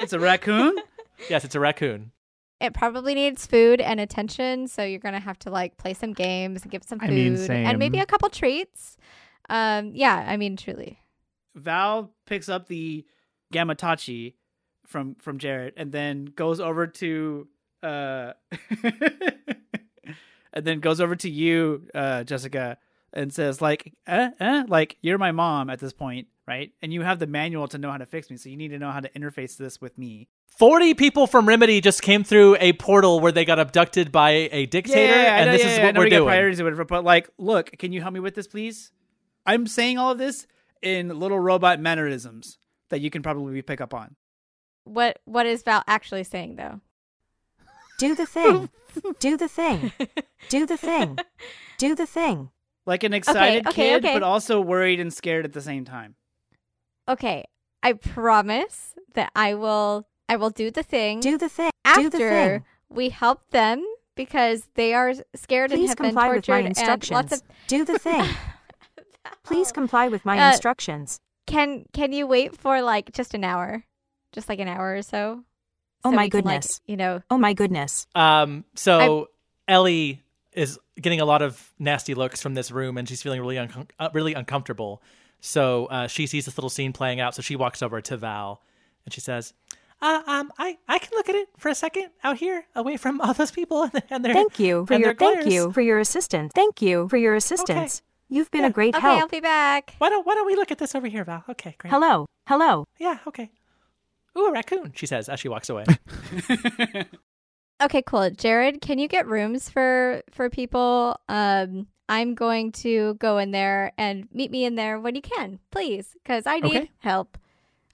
[SPEAKER 6] It's a raccoon?
[SPEAKER 1] Yes, it's a raccoon.
[SPEAKER 2] it probably needs food and attention so you're gonna have to like play some games and give it some food
[SPEAKER 4] I mean,
[SPEAKER 2] and maybe
[SPEAKER 4] same.
[SPEAKER 2] a couple treats um yeah i mean truly
[SPEAKER 6] Val picks up the Gamatachi from from Jared and then goes over to Uh, and then goes over to you, uh, Jessica, and says like, eh, eh, like you're my mom at this point, right? And you have the manual to know how to fix me, so you need to know how to interface this with me.
[SPEAKER 1] 40 people from Remedy just came through a portal where they got abducted by a dictator,
[SPEAKER 6] I
[SPEAKER 1] and
[SPEAKER 6] know,
[SPEAKER 1] this
[SPEAKER 6] yeah,
[SPEAKER 1] is
[SPEAKER 6] yeah, I
[SPEAKER 1] what
[SPEAKER 6] know
[SPEAKER 1] we're
[SPEAKER 6] we got
[SPEAKER 1] doing.
[SPEAKER 6] Priorities or whatever, but like, look, can you help me with this, please? I'm saying all of this in little robot mannerisms that you can probably pick up on.
[SPEAKER 2] What What is Val actually saying though?
[SPEAKER 5] Do the thing. Do the thing. Do the thing. Do the thing.
[SPEAKER 6] Like an excited
[SPEAKER 2] okay,
[SPEAKER 6] kid,
[SPEAKER 2] okay.
[SPEAKER 6] but also worried and scared at the same time.
[SPEAKER 2] Okay, I promise that I will. I will do the thing
[SPEAKER 5] Do the thing. Do the
[SPEAKER 2] after
[SPEAKER 5] thing.
[SPEAKER 2] we help them because they are scared and
[SPEAKER 5] Please
[SPEAKER 2] have been
[SPEAKER 5] comply with
[SPEAKER 2] tortured
[SPEAKER 5] my
[SPEAKER 2] and lots of.
[SPEAKER 5] instructions. Do the thing. Please comply with my
[SPEAKER 2] Uh,
[SPEAKER 5] instructions.
[SPEAKER 2] Can Can you wait for like just an hour, just like an hour or so?
[SPEAKER 5] Oh
[SPEAKER 2] So
[SPEAKER 5] my
[SPEAKER 2] we can, like,
[SPEAKER 5] goodness.
[SPEAKER 2] you know,
[SPEAKER 5] Oh my goodness.
[SPEAKER 1] Um, so Ellie is getting a lot of nasty looks from this room, and she's feeling really uncom uh, really uncomfortable. So uh, she sees this little scene playing out. So she walks over to Val, and she says, uh, "Um, I I can look at it for a second out here, away from all those people and, and their
[SPEAKER 5] Thank you for
[SPEAKER 1] and
[SPEAKER 5] your
[SPEAKER 1] their
[SPEAKER 5] thank you
[SPEAKER 1] glares.
[SPEAKER 5] for your assistance. Thank you for your assistance. You've been a great
[SPEAKER 2] okay, I'll
[SPEAKER 5] help.
[SPEAKER 2] be back.
[SPEAKER 1] Why don't Why don't we look at this over here, Val? Okay, great.
[SPEAKER 5] Hello. Hello.
[SPEAKER 1] Yeah, okay. Ooh, a raccoon, she says as she walks away.
[SPEAKER 2] Okay, cool. Jared, can you get rooms for for people? Um, I'm going to go in there and meet me in there when you can, please, because I need
[SPEAKER 4] Okay.
[SPEAKER 2] help.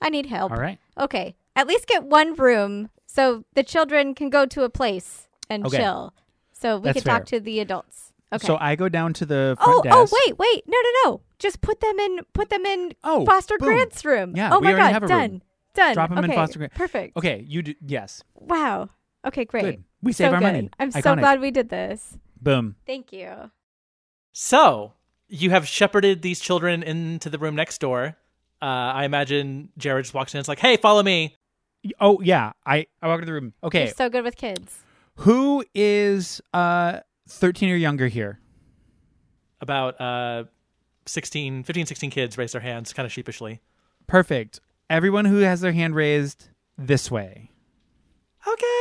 [SPEAKER 2] I need help.
[SPEAKER 4] All right.
[SPEAKER 2] Okay, at least get one room so the children can go to a place and
[SPEAKER 4] Okay.
[SPEAKER 2] chill. So we can
[SPEAKER 4] That's
[SPEAKER 2] talk to the adults. Okay.
[SPEAKER 4] So I go down to the front
[SPEAKER 2] oh,
[SPEAKER 4] desk.
[SPEAKER 2] oh, wait, wait, no, no, no. Just put them in. Put them in
[SPEAKER 4] Oh,
[SPEAKER 2] Foster
[SPEAKER 4] boom.
[SPEAKER 2] Grant's room.
[SPEAKER 4] Yeah,
[SPEAKER 2] Oh
[SPEAKER 4] we
[SPEAKER 2] my
[SPEAKER 4] already
[SPEAKER 2] God.
[SPEAKER 4] have a room.
[SPEAKER 2] done. Done.
[SPEAKER 4] Drop 'em in
[SPEAKER 2] Okay,
[SPEAKER 4] Foster Grant.
[SPEAKER 2] Perfect.
[SPEAKER 4] Okay, you do. Yes.
[SPEAKER 2] Wow. Okay, great.
[SPEAKER 4] Good. We save
[SPEAKER 2] so
[SPEAKER 4] our
[SPEAKER 2] good.
[SPEAKER 4] money.
[SPEAKER 2] I'm so
[SPEAKER 4] Iconic.
[SPEAKER 2] glad we did this.
[SPEAKER 4] Boom.
[SPEAKER 2] Thank you.
[SPEAKER 1] So you have shepherded these children into the room next door. Uh, I imagine Jared just walks in. It's like, "Hey, follow me."
[SPEAKER 4] Y- Oh yeah. I I walk into the room. Okay.
[SPEAKER 2] You're so good with kids.
[SPEAKER 4] Who is uh 13 or younger here?
[SPEAKER 1] About uh, 16, 15, 16 kids raise their hands kind of sheepishly.
[SPEAKER 4] Perfect. Everyone who has their hand raised this way.
[SPEAKER 1] Okay.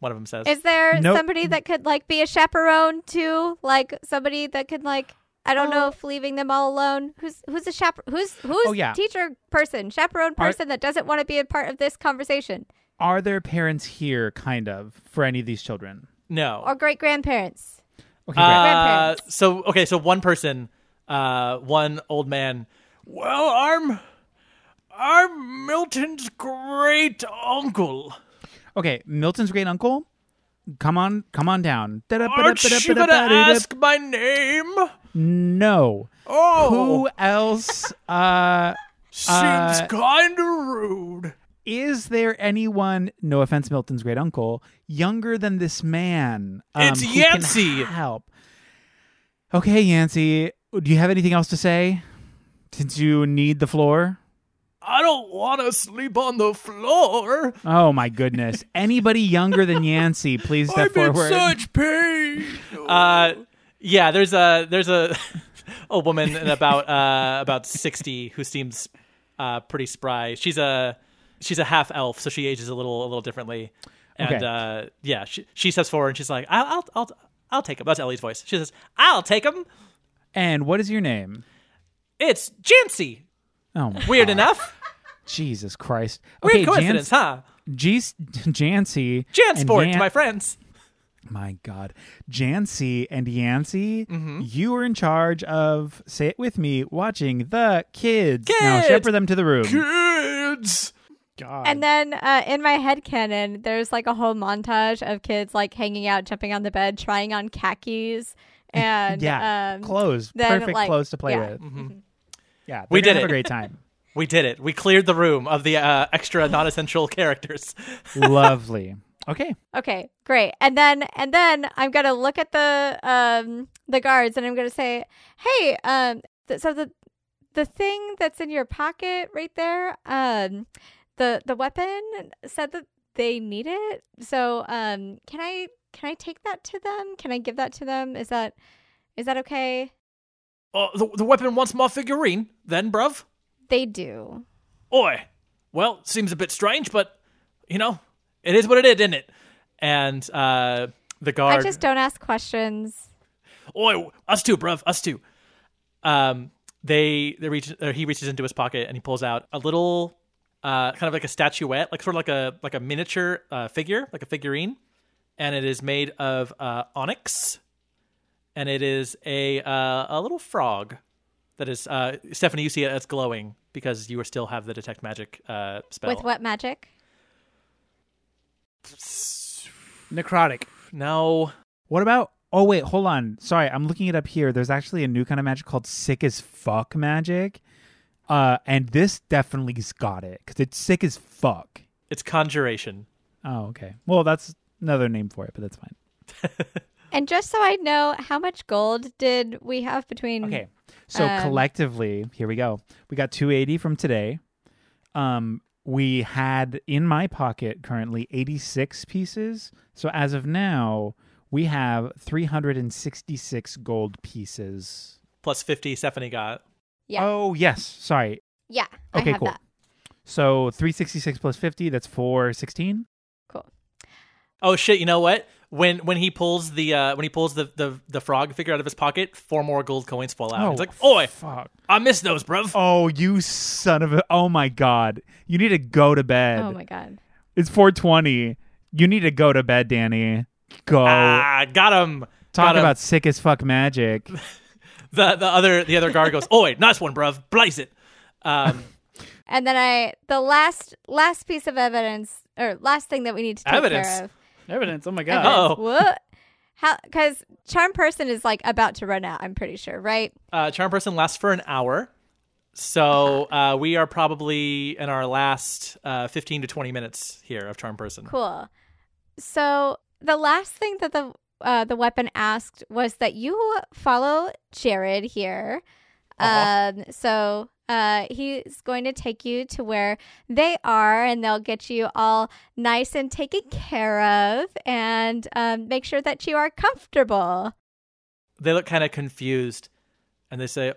[SPEAKER 1] One of them says,
[SPEAKER 2] Is there
[SPEAKER 4] Nope.
[SPEAKER 2] somebody that could like be a chaperone too? Like somebody that could like I don't know if leaving them all alone. Who's who's a chaper? Who's who's
[SPEAKER 4] Uh, Oh, yeah.
[SPEAKER 2] teacher person, chaperone
[SPEAKER 4] Are-
[SPEAKER 2] person that doesn't want to be a part of this conversation
[SPEAKER 4] Are there parents here kind of for any of these children?
[SPEAKER 1] "No."
[SPEAKER 2] or great grandparents?
[SPEAKER 4] Okay.
[SPEAKER 1] Uh,
[SPEAKER 4] great.
[SPEAKER 2] Grandparents.
[SPEAKER 1] so okay, so one person, uh, one old man. Well, I'm, I'm Milton's great uncle.
[SPEAKER 4] Okay, Milton's great uncle. Come on, come on down.
[SPEAKER 1] Aren't you gonna ask my name?
[SPEAKER 4] No.
[SPEAKER 1] Oh,
[SPEAKER 4] Who else uh
[SPEAKER 1] seems
[SPEAKER 4] uh,
[SPEAKER 1] kind of rude.
[SPEAKER 4] is there anyone, no offense Milton's great uncle, younger than this man? um,
[SPEAKER 1] It's
[SPEAKER 4] who can
[SPEAKER 1] Yancey.
[SPEAKER 4] Help. Okay, Yancey, do you have anything else to say? Since you need the floor?
[SPEAKER 1] I don't want to sleep on the floor.
[SPEAKER 4] Oh my goodness. Anybody younger than Yancey, please step forward.
[SPEAKER 1] pain. Uh, yeah, there's a there's a a woman in about uh about sixty who seems uh pretty spry. She's a she's a half elf, so she ages a little a little differently. And
[SPEAKER 4] Okay.
[SPEAKER 1] uh, yeah, she she steps forward and she's like, I'll I'll I'll, I'll take him. That's Ellie's voice. She says, I'll take him.
[SPEAKER 4] and what is your name?
[SPEAKER 1] It's Jancy.
[SPEAKER 4] Oh my
[SPEAKER 1] Weird enough.
[SPEAKER 4] Jesus Christ.
[SPEAKER 1] Weird
[SPEAKER 4] Okay, Janc-
[SPEAKER 1] coincidence, huh?
[SPEAKER 4] G- Jancy.
[SPEAKER 1] Jansport,
[SPEAKER 4] and
[SPEAKER 1] to
[SPEAKER 4] Yan-
[SPEAKER 1] my friends.
[SPEAKER 4] My God. Jancy and Yancy,
[SPEAKER 1] Mm-hmm.
[SPEAKER 4] you are in charge of, say it with me, watching the kids. Now
[SPEAKER 1] Kids!
[SPEAKER 4] shepherd them to the room.
[SPEAKER 1] Kids.
[SPEAKER 6] God.
[SPEAKER 2] And then uh, in my head canon, there's like a whole montage of kids like hanging out, jumping on the bed, trying on khakis, and
[SPEAKER 4] yeah.
[SPEAKER 2] um,
[SPEAKER 4] clothes.
[SPEAKER 2] then,
[SPEAKER 4] Perfect
[SPEAKER 2] like-
[SPEAKER 4] clothes to play
[SPEAKER 2] yeah. Mm-hmm.
[SPEAKER 4] with. Yeah.
[SPEAKER 1] Mm-hmm. We
[SPEAKER 4] they're
[SPEAKER 1] did
[SPEAKER 4] gonna Have
[SPEAKER 1] it.
[SPEAKER 4] a great time.
[SPEAKER 1] We did it. We cleared the room of the uh, extra non-essential characters.
[SPEAKER 4] Lovely. Okay.
[SPEAKER 2] Okay, great. And then and then I'm gonna look at the um the guards and I'm gonna say, hey, um, th- so the the thing that's in your pocket right there, um, the the weapon said that they need it. So um, can I can I take that to them? Can I give that to them? Is that is that okay?
[SPEAKER 1] Uh, the, the weapon wants my figurine, then, bruv.
[SPEAKER 2] They do.
[SPEAKER 1] Oi. Well, seems a bit strange, but, you know, it is what it is, isn't it? and uh, the guard.
[SPEAKER 2] I just don't ask questions.
[SPEAKER 1] Oi, us too, bruv, us too. Um, they they reach. Or he reaches into his pocket and he pulls out a little, uh, kind of like a statuette, like sort of like a like a miniature uh, figure, like a figurine, and it is made of uh, onyx, and it is a uh, a little frog that is uh, Stephanie. You see it as glowing because you still have the detect magic uh, spell.
[SPEAKER 2] With what magic?
[SPEAKER 6] Necrotic.
[SPEAKER 1] No,
[SPEAKER 4] What about? Oh wait, hold on. Sorry, I'm looking it up here. There's actually a new kind of magic called sick as fuck magic, uh, and this definitely's got it because it's sick as fuck.
[SPEAKER 1] it's conjuration.
[SPEAKER 4] Oh okay. Well, that's another name for it, but that's fine.
[SPEAKER 2] And just so I know, how much gold did we have between?
[SPEAKER 4] Okay. So
[SPEAKER 2] Um,
[SPEAKER 4] collectively, here we go. We got 280 from today. Um we had in my pocket currently 86 pieces. So as of now, we have 366 gold pieces.
[SPEAKER 1] Plus fifty, Stephanie got.
[SPEAKER 2] Yeah.
[SPEAKER 4] Oh, yes. Sorry.
[SPEAKER 2] Yeah. I
[SPEAKER 4] Okay,
[SPEAKER 2] have
[SPEAKER 4] cool.
[SPEAKER 2] that.
[SPEAKER 4] So 366 plus 50, that's 416.
[SPEAKER 2] Cool.
[SPEAKER 1] Oh shit! You know what? When when he pulls the uh, when he pulls the, the the frog figure out of his pocket, four more gold coins fall out. He's like, "Oi,
[SPEAKER 4] Oh, fuck.
[SPEAKER 1] I missed those, bruv."
[SPEAKER 4] Oh, you son of a Oh my god. You need to go to bed.
[SPEAKER 2] Oh my god.
[SPEAKER 4] It's 420. You need to go to bed, Danny. Go.
[SPEAKER 1] Ah, got him.
[SPEAKER 4] Talk
[SPEAKER 1] got him.
[SPEAKER 4] about sick as fuck magic.
[SPEAKER 1] the the other the other guard goes, "Oi, nice one, bruv. Blaze it." Um,
[SPEAKER 2] And then I, the last last piece of evidence or last thing that we need to take
[SPEAKER 1] Evidence.
[SPEAKER 2] care of.
[SPEAKER 6] Evidence. Oh my god.
[SPEAKER 1] Uh-oh.
[SPEAKER 2] Evidence. What? How? Because charm person is like about to run out. I'm pretty sure, right?
[SPEAKER 1] uh, charm person lasts for an hour, so uh, we are probably in our last uh, fifteen to twenty minutes here of charm person.
[SPEAKER 2] Cool. So the last thing that the uh, the weapon asked was that you follow Jared here. Um, so uh, he's going to take you to where they are, and they'll get you all nice and taken care of, and um, make sure that you are comfortable.
[SPEAKER 1] They look kind of confused, and they say,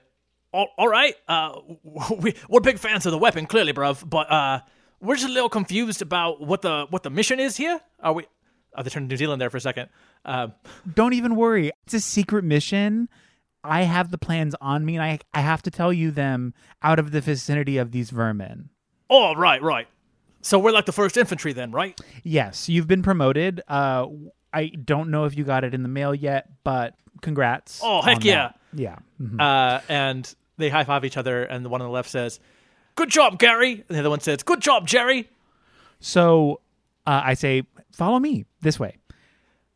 [SPEAKER 1] all, all right, uh, we, we're big fans of the weapon, clearly, bruv, but uh, we're just a little confused about what the what the mission is here. Are we? Oh, they turned to New Zealand there for a second. Um,
[SPEAKER 4] Don't even worry. It's a secret mission. I have the plans on me and I, I have to tell you them out of the vicinity of these vermin.
[SPEAKER 1] oh, right, right. So we're like the first infantry then, right?
[SPEAKER 4] Yes, you've been promoted. Uh I don't know if you got it in the mail yet, but congrats.
[SPEAKER 1] Oh, heck
[SPEAKER 4] on
[SPEAKER 1] yeah.
[SPEAKER 4] that. Yeah. Mhm.
[SPEAKER 1] Uh, and they high five each other, and the one on the left says, "Good job, Gary," and the other one says, "Good job, Jerry."
[SPEAKER 4] So uh, I say, follow me this way.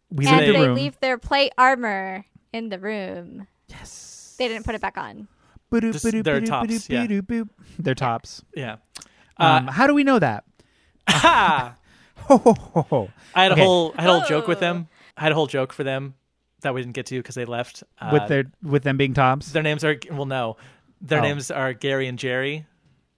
[SPEAKER 4] We
[SPEAKER 2] and
[SPEAKER 4] leave the
[SPEAKER 2] they
[SPEAKER 4] room.
[SPEAKER 2] leave their plate armor in the room. Yes. They didn't put it back on.
[SPEAKER 4] Boop,
[SPEAKER 1] Just
[SPEAKER 4] boop,
[SPEAKER 1] their
[SPEAKER 4] boop,
[SPEAKER 1] tops,
[SPEAKER 4] boop,
[SPEAKER 1] yeah.
[SPEAKER 4] boop, boop. Their tops.
[SPEAKER 1] Yeah.
[SPEAKER 4] Um, how do we know that?
[SPEAKER 1] Ha!
[SPEAKER 4] Ho, ho, ho, ho.
[SPEAKER 1] I had a
[SPEAKER 4] Okay. Oh.
[SPEAKER 1] whole I had a whole joke with them. I had a whole joke for them that we didn't get to because they left. Uh,
[SPEAKER 4] with their with them being tops.
[SPEAKER 1] their names are well, no, their
[SPEAKER 4] Oh.
[SPEAKER 1] names are Gary and Jerry,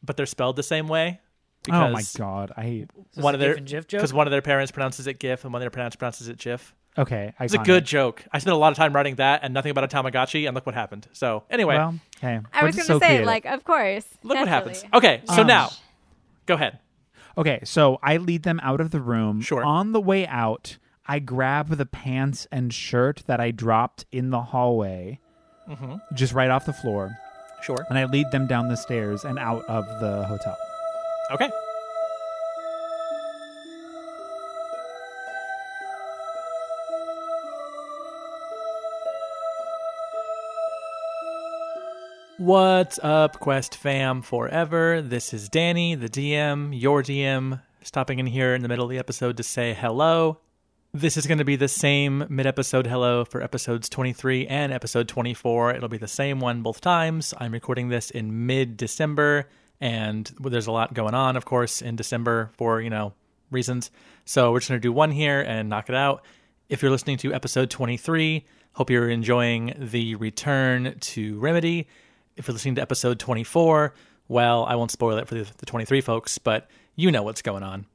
[SPEAKER 1] but they're spelled the same way.
[SPEAKER 4] Oh my
[SPEAKER 1] because
[SPEAKER 4] god! I
[SPEAKER 6] So
[SPEAKER 1] One of
[SPEAKER 6] it's a
[SPEAKER 1] their
[SPEAKER 6] gif and gif joke?
[SPEAKER 1] because one of their parents pronounces it GIF and one of their parents pronounces it GIF.
[SPEAKER 4] okay.
[SPEAKER 1] It's a good joke. I spent a lot of time writing that and nothing about a Tamagotchi, and look what happened. So anyway,
[SPEAKER 4] Well, hey,
[SPEAKER 2] I
[SPEAKER 4] we're
[SPEAKER 2] was
[SPEAKER 4] just
[SPEAKER 2] going to
[SPEAKER 4] so
[SPEAKER 2] say,
[SPEAKER 4] creative.
[SPEAKER 2] like, of course.
[SPEAKER 1] look what happens.
[SPEAKER 2] naturally.
[SPEAKER 1] Okay, so
[SPEAKER 4] Um,
[SPEAKER 1] now, go ahead.
[SPEAKER 4] okay. So I lead them out of the room.
[SPEAKER 1] Sure.
[SPEAKER 4] On the way out, I grab the pants and shirt that I dropped in the hallway, just right off the floor,
[SPEAKER 1] Mm-hmm. Sure.
[SPEAKER 4] and I lead them down the stairs and out of the hotel.
[SPEAKER 1] Okay. What's up, Quest fam forever? This is Danny, the DM, your DM, stopping in here in the middle of the episode to say hello. This is going to be the same mid episode hello for episodes 23 and episode 24. It'll be the same one both times. I'm recording this in mid December, and there's a lot going on, of course, in December for, you know, reasons. So we're just going to do one here and knock it out. If you're listening to episode 23, hope you're enjoying the return to Remedy. If you're listening to episode 24, well, I won't spoil it for the, the 23 folks, but you know what's going on.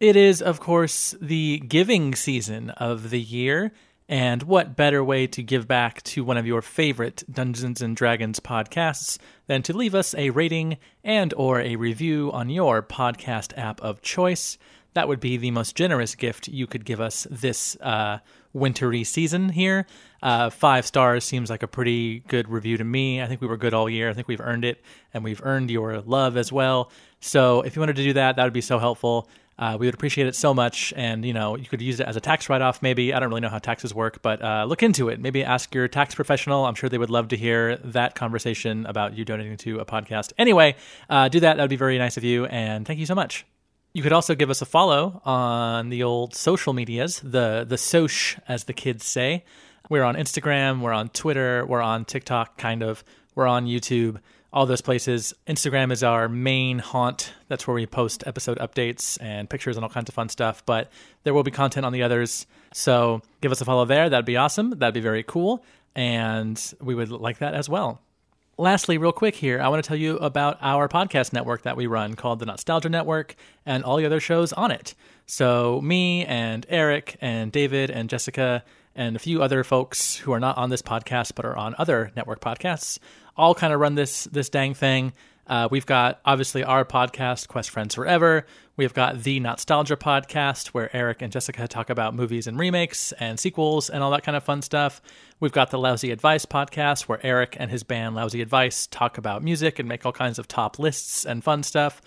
[SPEAKER 1] It is, of course, the giving season of the year. And what better way to give back to one of your favorite Dungeons and Dragons podcasts than to leave us a rating and or a review on your podcast app of choice. That would be the most generous gift you could give us this uh, wintry season here. Uh, five stars seems like a pretty good review to me. I think we were good all year. I think we've earned it, and we've earned your love as well. So if you wanted to do that, that would be so helpful. Uh, we would appreciate it so much. And, you know, you could use it as a tax write off, maybe. I don't really know how taxes work, but uh, look into it. Maybe ask your tax professional. I'm sure they would love to hear that conversation about you donating to a podcast. Anyway, uh, do that. That would be very nice of you. And thank you so much. You could also give us a follow on the old social medias, the the soch, as the kids say. We're on Instagram, we're on Twitter, we're on TikTok, kind of. We're on YouTube, all those places. Instagram is our main haunt. That's where we post episode updates and pictures and all kinds of fun stuff. But there will be content on the others. So give us a follow there. That'd be awesome. That'd be very cool. And we would like that as well lastly, real quick here, I want to tell you about our podcast network that we run called the Nostalgia Network and all the other shows on it. So, me and Eric and David and Jessica and a few other folks who are not on this podcast but are on other network podcasts all kind of run this this dang thing. Uh, we've got obviously our podcast, Quest Friends Forever. We've got the Nostalgia podcast, where Eric and Jessica talk about movies and remakes and sequels and all that kind of fun stuff. We've got the Lousy Advice podcast, where Eric and his band Lousy Advice talk about music and make all kinds of top lists and fun stuff.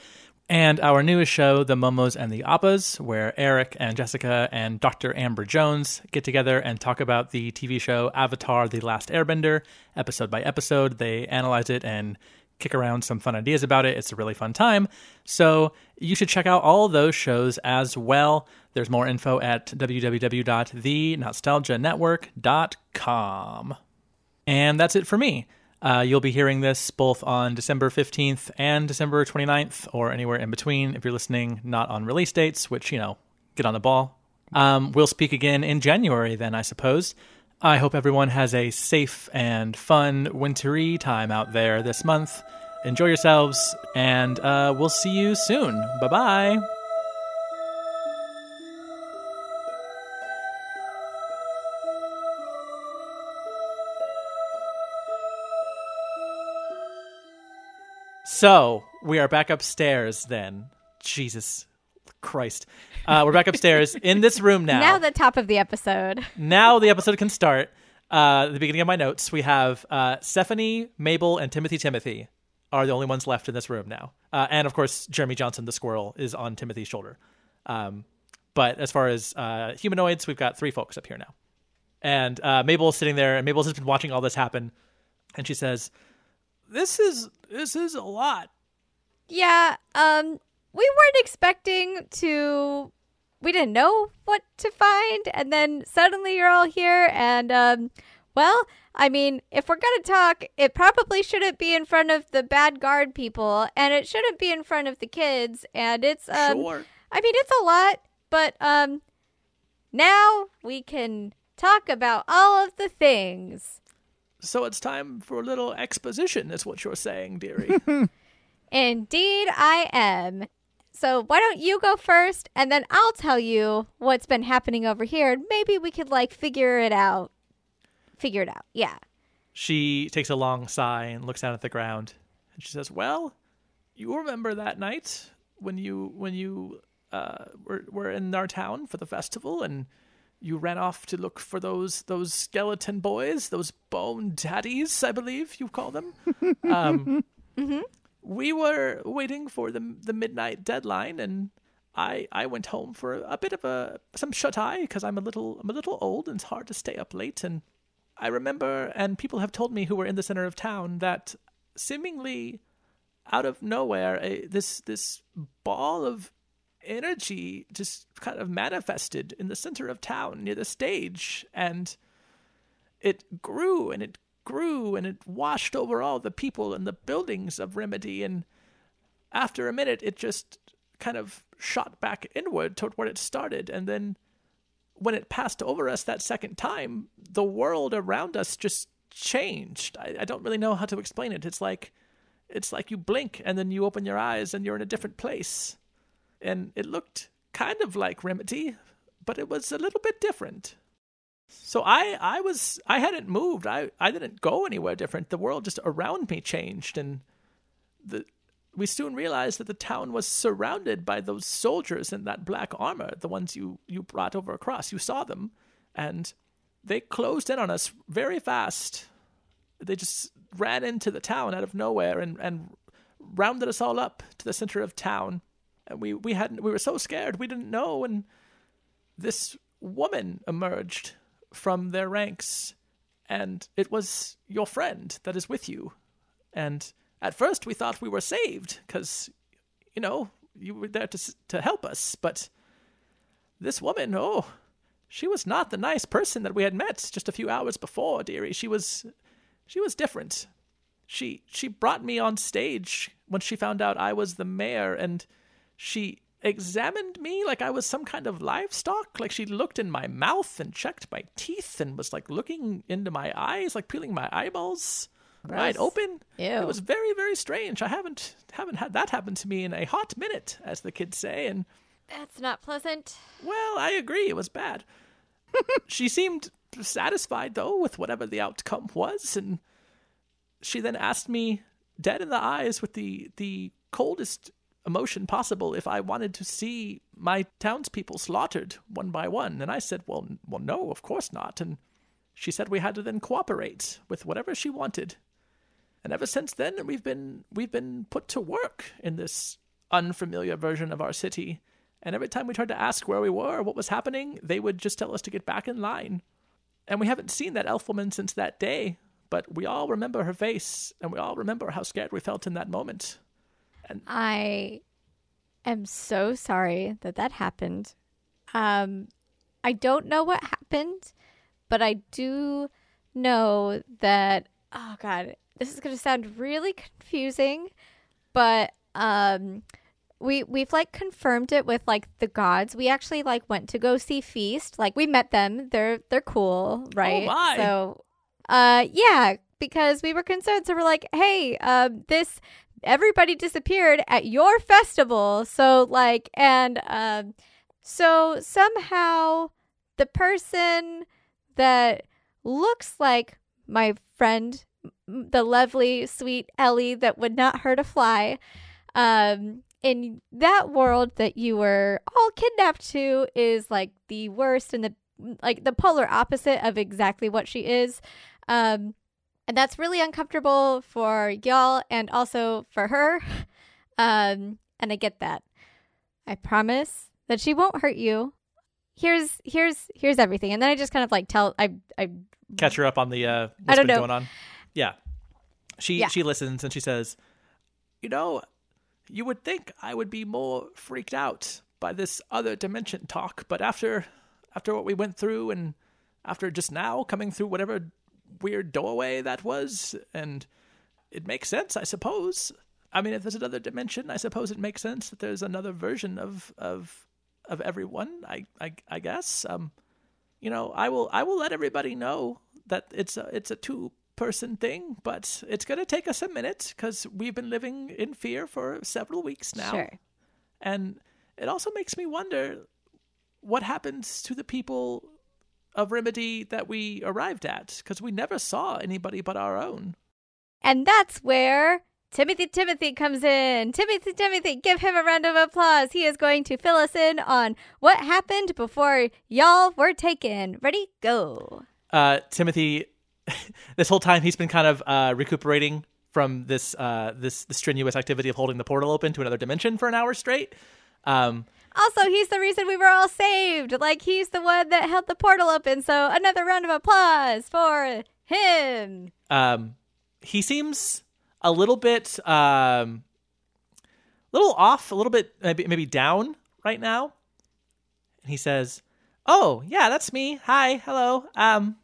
[SPEAKER 1] And our newest show, The Momos and the Appas, where Eric and Jessica and Dr. Amber Jones get together and talk about the TV show Avatar The Last Airbender, episode by episode. They analyze it and kick around some fun ideas about it. It's a really fun time. So you should check out all those shows as well. There's more info at www.thenostalgianetwork.com. And that's it for me. Uh, you'll be hearing this both on December 15th and December 29th, or anywhere in between if you're listening not on release dates, which, you know, get on the ball. Um, we'll speak again in January, then, I suppose. I hope everyone has a safe and fun wintry time out there this month. Enjoy yourselves, and uh, we'll see you soon. Bye bye. So we are back upstairs then. Jesus Christ. Uh, we're back upstairs in this room now.
[SPEAKER 2] Now the top of the episode.
[SPEAKER 1] now the episode can start. Uh, the beginning of my notes, we have uh, Stephanie, Mabel, and Timothy Timothy are the only ones left in this room now. Uh, and of course, Jeremy Johnson, the squirrel, is on Timothy's shoulder. Um, but as far as uh, humanoids, we've got three folks up here now. And uh, Mabel's sitting there, and Mabel's just been watching all this happen. And she says,
[SPEAKER 3] This is this is a lot.
[SPEAKER 2] Yeah, um we weren't expecting to we didn't know what to find and then suddenly you're all here and um well, I mean, if we're going to talk, it probably shouldn't be in front of the bad guard people and it shouldn't be in front of the kids and it's um
[SPEAKER 3] sure.
[SPEAKER 2] I mean, it's a lot, but um now we can talk about all of the things.
[SPEAKER 3] So it's time for a little exposition, is what you're saying, dearie.
[SPEAKER 2] Indeed, I am. So, why don't you go first and then I'll tell you what's been happening over here and maybe we could like figure it out. Figure it out. Yeah.
[SPEAKER 1] She takes a long sigh and looks down at the ground.
[SPEAKER 3] and she says, Well, you remember that night when you when you uh, were were in our town for the festival and you ran off to look for those those skeleton boys, those bone daddies, I believe you call them. um, We were waiting for the the midnight deadline, and I I went home for a bit of a some shut eye because I'm a little I'm a little old and it's hard to stay up late. And I remember, and people have told me who were in the center of town that seemingly out of nowhere, a, this this ball of energy just kind of manifested in the center of town near the stage, and it grew and it grew and it washed over all the people and the buildings of Remedy, and after a minute, it just kind of shot back inward toward where it started, and then when it passed over us that second time, the world around us just changed. I, I don't really know how to explain it. It's like it's like you blink and then you open your eyes and you're in a different place. And it looked kind of like Remedy, but it was a little bit different. So I, I was I hadn't moved. I, I didn't go anywhere different. The world just around me changed and the
[SPEAKER 1] we soon realized that the town was surrounded by those soldiers in that black armor, the ones you, you brought over across. You saw them, and they closed in on us very fast. They just ran into the town out of nowhere and, and rounded us all up to the center of town. And we, we hadn't we were so scared we didn't know and this woman emerged from their ranks and it was your friend that is with you. And at first we thought we were saved because, you know, you were there to s- to help us. But this woman, oh, she was not the nice person that we had met just a few hours before, dearie. She was, she was different. She she brought me on stage when she found out I was the mayor, and she examined me like I was some kind of livestock. Like she looked in my mouth and checked my teeth and was like looking into my eyes, like peeling my eyeballs wide
[SPEAKER 2] Gross.
[SPEAKER 1] open.
[SPEAKER 2] Ew.
[SPEAKER 1] It was very very strange. I haven't haven't had that happen to me in a hot minute, as the kids say, and
[SPEAKER 2] That's not pleasant.
[SPEAKER 1] well, I agree. It was bad. she seemed satisfied, though, with whatever the outcome was, and she then asked me, dead in the eyes, with the, the coldest emotion possible, if I wanted to see my townspeople slaughtered one by one. And I said, well, n- well, no, of course not. And she said we had to then cooperate with whatever she wanted. And ever since then, we've been we've been put to work in this unfamiliar version of our city. And every time we tried to ask where we were or what was happening, they would just tell us to get back in line. And we haven't seen that elf woman since that day, but we all remember her face, and we all remember how scared we felt in that moment.
[SPEAKER 2] I am so sorry that that happened. Um, I don't know what happened, but I do know that. Oh God, this is going to sound really confusing, but um, we we've like confirmed it with like the gods. We actually like went to go see Feast. Like we met them. They're they're cool, right?
[SPEAKER 1] my.
[SPEAKER 2] So, uh, yeah, because we were concerned, so we're like, hey, um, this everybody disappeared at your festival. So like, and um, so somehow the person that looks like my friend, m- the lovely, sweet Ellie that would not hurt a fly, um, in that world that you were all kidnapped to is like the worst and the like the polar opposite of exactly what she is. Um, and that's really uncomfortable for y'all and also for her. Um, and I get that. I promise that she won't hurt you. Here's here's here's everything. And then I just kind of like tell I I
[SPEAKER 1] Catch her up on the uh, what's
[SPEAKER 2] I don't
[SPEAKER 1] been
[SPEAKER 2] know.
[SPEAKER 1] going on. Yeah, she
[SPEAKER 2] Yeah.
[SPEAKER 1] she listens and she says, "You know, you would think I would be more freaked out by this other dimension talk, but after after what we went through and after just now coming through whatever weird doorway that was and it makes sense, I suppose. I mean, if there's another dimension, I suppose it makes sense that there's another version of of of everyone. I I, I guess. Um, you know, I will I will let everybody know that it's a it's a two person thing, but it's gonna take us a minute because we've been living in fear for several weeks now.
[SPEAKER 2] sure.
[SPEAKER 1] And it also makes me wonder what happens to the people of Remedy that we arrived at because we never saw anybody but our own.
[SPEAKER 2] And that's where Timothy Timothy comes in. Timothy Timothy, give him a round of applause. He is going to fill us in on what happened before y'all were taken. Ready? Go.
[SPEAKER 1] uh, Timothy, this whole time he's been kind of uh, recuperating from this uh, this the strenuous activity of holding the portal open to another dimension for an hour straight. Um,
[SPEAKER 2] Also, he's the reason we were all saved. Like, he's the one that held the portal open. So, another round of applause for him.
[SPEAKER 1] um, he seems a little bit um, little off, a little bit maybe, maybe down right now. And he says, "Oh yeah, that's me. Hi, hello. Um,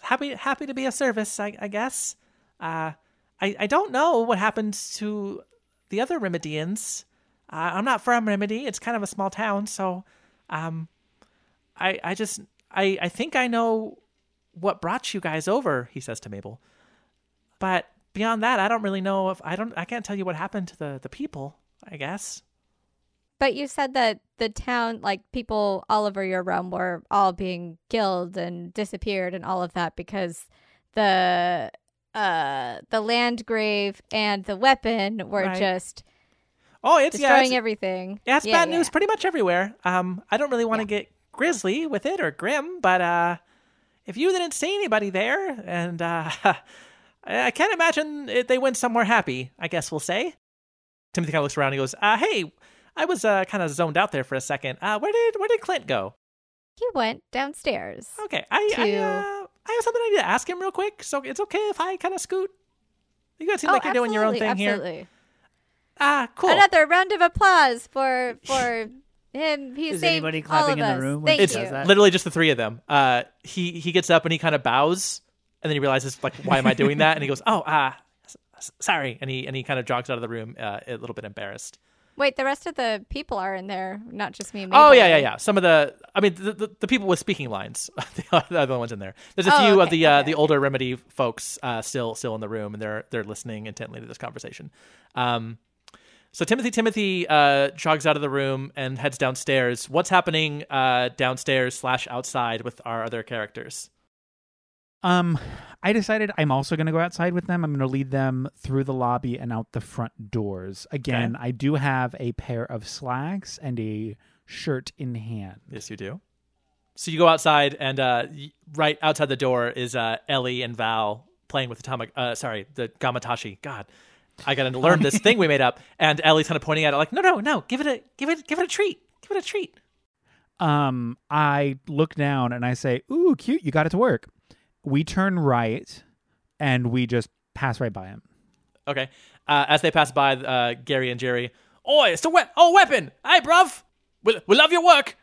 [SPEAKER 1] happy happy to be of service, I, I guess. Uh, I I don't know what happened to the other Remedians. Uh, I'm not from Remedy. It's kind of a small town, so um, I I just I I think I know what brought you guys over," he says to Mabel. But beyond that, I don't really know if I don't I can't tell you what happened to the the people. I guess.
[SPEAKER 2] But you said that the town, like, people all over your realm were all being killed and disappeared and all of that because the. uh, the land grave and the weapon were
[SPEAKER 1] Right.
[SPEAKER 2] just
[SPEAKER 1] Oh, it's yeah,
[SPEAKER 2] destroying
[SPEAKER 1] it's,
[SPEAKER 2] everything.
[SPEAKER 1] yeah, it's
[SPEAKER 2] Yeah,
[SPEAKER 1] bad
[SPEAKER 2] yeah,
[SPEAKER 1] news
[SPEAKER 2] yeah.
[SPEAKER 1] pretty much everywhere. Um, I don't really want to get grisly with it or grim, but uh, if you didn't see anybody there, and uh, I- I can't imagine it, they went somewhere happy. I guess we'll say. Timothy kind of looks around. and He goes, uh, "Hey, I was uh, kind of zoned out there for a second. Uh, where did where did Clint go?
[SPEAKER 2] He went downstairs.
[SPEAKER 1] Okay, I I,
[SPEAKER 2] To-
[SPEAKER 1] uh, I have something I need to ask him real quick. So it's okay if I kind of scoot. You guys seem like you're doing your own thing
[SPEAKER 2] Oh, absolutely,
[SPEAKER 1] here.
[SPEAKER 2] absolutely.
[SPEAKER 1] Ah, cool.
[SPEAKER 2] Another round of applause for for him. He
[SPEAKER 6] Is
[SPEAKER 2] saved
[SPEAKER 6] anybody
[SPEAKER 2] all
[SPEAKER 6] clapping
[SPEAKER 2] of
[SPEAKER 6] in the
[SPEAKER 2] us.
[SPEAKER 6] room when
[SPEAKER 2] Thank
[SPEAKER 6] he
[SPEAKER 1] it's
[SPEAKER 6] does
[SPEAKER 2] you.
[SPEAKER 6] that?
[SPEAKER 1] literally just the three of them. Uh, he he gets up and he kind of bows, and then he realizes like, why am I doing that? And he goes, oh ah, s- s- sorry. And he and he kind of jogs out of the room, uh, a little bit embarrassed.
[SPEAKER 2] Wait, the rest of the people are in there, not just me. and
[SPEAKER 1] Oh
[SPEAKER 2] Mabel,
[SPEAKER 1] yeah, yeah,
[SPEAKER 2] right?
[SPEAKER 1] yeah. Some of the, I mean, the, the, the people with speaking lines, they are the other ones in there. There's a
[SPEAKER 2] Oh,
[SPEAKER 1] few of
[SPEAKER 2] okay,
[SPEAKER 1] the uh,
[SPEAKER 2] okay,
[SPEAKER 1] the older remedy folks uh, still still in the room, and they're they're listening intently to this conversation. Um, so Timothy Timothy uh, jogs out of the room and heads downstairs. What's happening uh, downstairs slash outside with our other characters?
[SPEAKER 4] Um, I decided I'm also going to go outside with them. I'm going to lead them through the lobby and out the front doors. Again, I do have a pair of slacks and a shirt in hand.
[SPEAKER 1] Yes, you do. So you go outside, and uh, y- right outside the door is uh, Ellie and Val playing with the tama- uh, sorry, the gamatashi. God, I got to learn this thing we made up. And Ellie's kind of pointing at it, like, no, no, no, give it a, give it, give it a treat, give it a treat.
[SPEAKER 4] Um, I look down and I say, "Ooh, cute! You got it to work." We turn right, and we just pass right by him.
[SPEAKER 1] Okay. Uh, as they pass by, uh, Gary and Jerry, oi, it's a we- oh weapon, hey, bruv, we-, we love your work.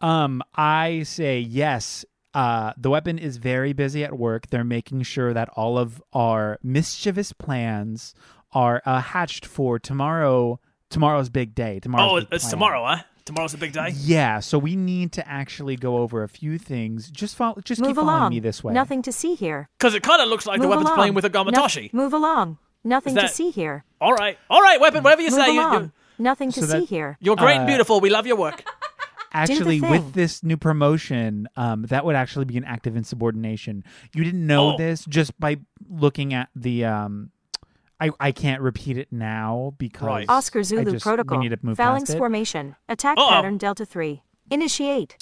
[SPEAKER 4] Um, I say yes. Uh, the weapon is very busy at work. They're making sure that all of our mischievous plans are uh, hatched for tomorrow. Tomorrow's big day. Tomorrow's
[SPEAKER 1] Oh,
[SPEAKER 4] big
[SPEAKER 1] it's
[SPEAKER 4] plan.
[SPEAKER 1] tomorrow, huh? Tomorrow's a big day.
[SPEAKER 4] Yeah, so we need to actually go over a few things. Just follow. Just
[SPEAKER 5] Move
[SPEAKER 4] keep following
[SPEAKER 5] along.
[SPEAKER 4] me this way.
[SPEAKER 5] Nothing to see here.
[SPEAKER 1] Because it kind of looks like the
[SPEAKER 5] Move
[SPEAKER 1] weapon's
[SPEAKER 5] along.
[SPEAKER 1] playing with a
[SPEAKER 5] No-
[SPEAKER 1] gamatashi.
[SPEAKER 5] move along. Nothing to
[SPEAKER 1] that-
[SPEAKER 5] see here.
[SPEAKER 1] all right, all right, weapon, whatever you
[SPEAKER 5] Move
[SPEAKER 1] say. You,
[SPEAKER 5] along.
[SPEAKER 1] you-
[SPEAKER 5] Nothing to
[SPEAKER 4] So
[SPEAKER 5] see
[SPEAKER 4] that-
[SPEAKER 5] here.
[SPEAKER 1] you're great
[SPEAKER 4] Uh,
[SPEAKER 1] and beautiful. We love your work.
[SPEAKER 4] Actually,
[SPEAKER 5] thing.
[SPEAKER 4] with this new promotion, um, that would actually be an act of insubordination. You didn't know
[SPEAKER 1] Oh.
[SPEAKER 4] this just by looking at the. Um, I I can't repeat it now because
[SPEAKER 1] Right.
[SPEAKER 5] Oscar
[SPEAKER 4] I
[SPEAKER 5] Zulu
[SPEAKER 4] just-
[SPEAKER 5] protocol.
[SPEAKER 4] We need to move
[SPEAKER 5] Phalanx
[SPEAKER 4] past it.
[SPEAKER 5] formation. Attack
[SPEAKER 1] Uh-oh.
[SPEAKER 5] pattern Delta 3. Initiate.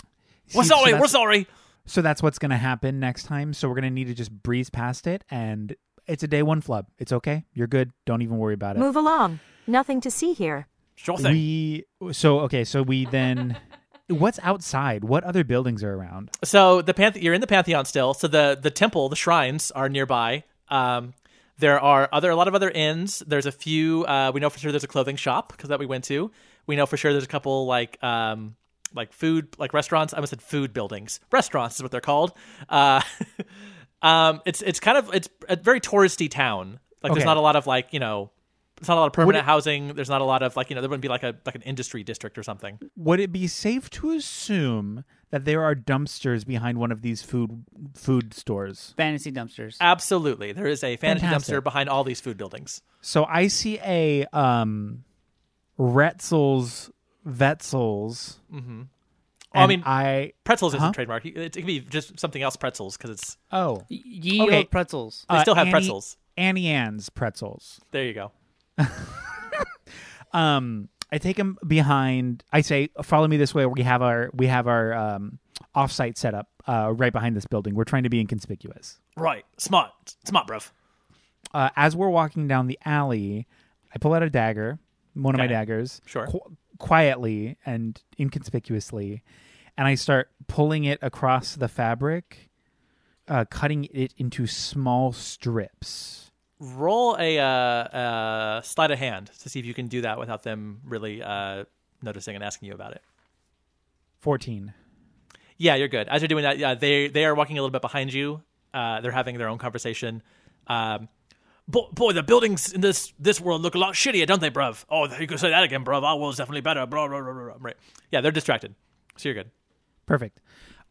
[SPEAKER 4] See,
[SPEAKER 1] We're
[SPEAKER 4] so
[SPEAKER 1] sorry. We're
[SPEAKER 4] that's-
[SPEAKER 1] sorry.
[SPEAKER 4] So that's what's going to happen next time. So we're going to need to just breeze past it, and it's a day one flub. It's okay. You're good. Don't even worry about it.
[SPEAKER 5] Move along. Nothing to see here.
[SPEAKER 1] Sure thing.
[SPEAKER 4] we so okay. So we then. What's outside? What other buildings are around?
[SPEAKER 1] so the Panthe- you're in the pantheon still. So the the temple, the shrines are nearby. Um, there are other a lot of other inns. There's a few. Uh, we know for sure there's a clothing shop because that we went to. We know for sure there's a couple like um like food like restaurants. I almost said food buildings. Restaurants is what they're called. Uh, um, it's it's kind of it's a very touristy town. Like there's
[SPEAKER 4] Okay.
[SPEAKER 1] not a lot of like you know. It's not a lot of permanent
[SPEAKER 4] it-
[SPEAKER 1] housing. There's not a lot of like you know there wouldn't be like a like an industry district or something.
[SPEAKER 4] Would it be safe to assume that there are dumpsters behind one of these food food stores?
[SPEAKER 6] Fantasy dumpsters.
[SPEAKER 1] Absolutely. There is a fantasy
[SPEAKER 4] Fantastic.
[SPEAKER 1] dumpster behind all these food buildings.
[SPEAKER 4] So I see a um Retzel's Vetzels.
[SPEAKER 1] Oh, I
[SPEAKER 4] and
[SPEAKER 1] mean,
[SPEAKER 4] I
[SPEAKER 1] pretzels
[SPEAKER 4] huh?
[SPEAKER 1] isn't trademark. It, it can be just something else, pretzels, because it's
[SPEAKER 4] oh
[SPEAKER 6] Y- Ye
[SPEAKER 4] Okay.
[SPEAKER 6] old pretzels.
[SPEAKER 1] They still have
[SPEAKER 4] uh, Annie-
[SPEAKER 1] pretzels.
[SPEAKER 4] Annie Ann's pretzels.
[SPEAKER 1] there you go.
[SPEAKER 4] Um, I take him behind. I say, "Follow me this way. We have our we have our um offsite setup uh, right behind this building. We're trying to be inconspicuous."
[SPEAKER 1] Right. Smart. Smart, bruv.
[SPEAKER 4] uh, as we're walking down the alley, I pull out a dagger, one of my
[SPEAKER 1] Okay.
[SPEAKER 4] daggers,
[SPEAKER 1] Sure.
[SPEAKER 4] qu- quietly and inconspicuously, and I start pulling it across the fabric, uh, cutting it into small strips.
[SPEAKER 1] Roll a uh, uh, sleight of hand to see if you can do that without them really uh, noticing and asking you about it.
[SPEAKER 4] Fourteen.
[SPEAKER 1] Yeah, you're good. As you're doing that, yeah, they they are walking a little bit behind you. Uh, they're having their own conversation. Um, boy, boy, the buildings in this this world look a lot shittier, don't they, bruv? Oh, you could say that again, bruv. Our world's definitely better. Blah, blah, blah, blah, blah. Right. Yeah, they're distracted. So you're good.
[SPEAKER 4] Perfect.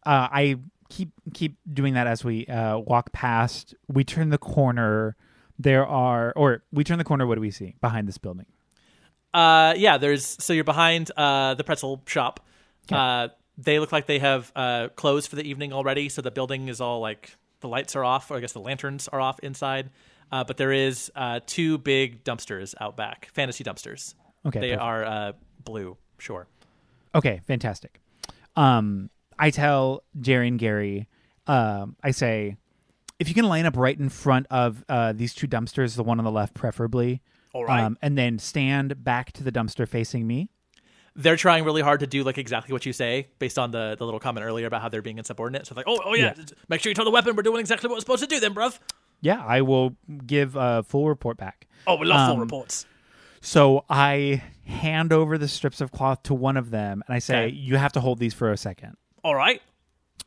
[SPEAKER 4] Uh, I keep keep doing that as we uh, walk past. We turn the corner. There are, or we turn the corner. What do we see behind this building?
[SPEAKER 1] Uh, yeah, there's so you're behind uh, the pretzel shop.
[SPEAKER 4] Okay.
[SPEAKER 1] Uh, they look like they have uh, closed for the evening already, so the building is all like The lights are off, or I guess the lanterns are off inside. Uh, but there is uh, two big dumpsters out back, fantasy dumpsters.
[SPEAKER 4] Okay,
[SPEAKER 1] they
[SPEAKER 4] perfect.
[SPEAKER 1] are uh, blue. Sure.
[SPEAKER 4] Okay, fantastic. Um, I tell Jerry and Gary, um, I say, if you can line up right in front of uh, these two dumpsters, the one on the left preferably,
[SPEAKER 1] All right.
[SPEAKER 4] um, and then stand back to the dumpster facing me.
[SPEAKER 1] They're trying really hard to do like exactly what you say, based on the, the little comment earlier about how they're being insubordinate. So like, oh, oh yeah,
[SPEAKER 4] Yeah.
[SPEAKER 1] make sure you throw the weapon. We're doing exactly what we're supposed to do, then, bruv.
[SPEAKER 4] Yeah, I will give a full report back.
[SPEAKER 1] Oh, we love full
[SPEAKER 4] Um,
[SPEAKER 1] reports.
[SPEAKER 4] So I hand over the strips of cloth to one of them, and I say,
[SPEAKER 1] Okay.
[SPEAKER 4] "You have to hold these for a second.
[SPEAKER 1] All right.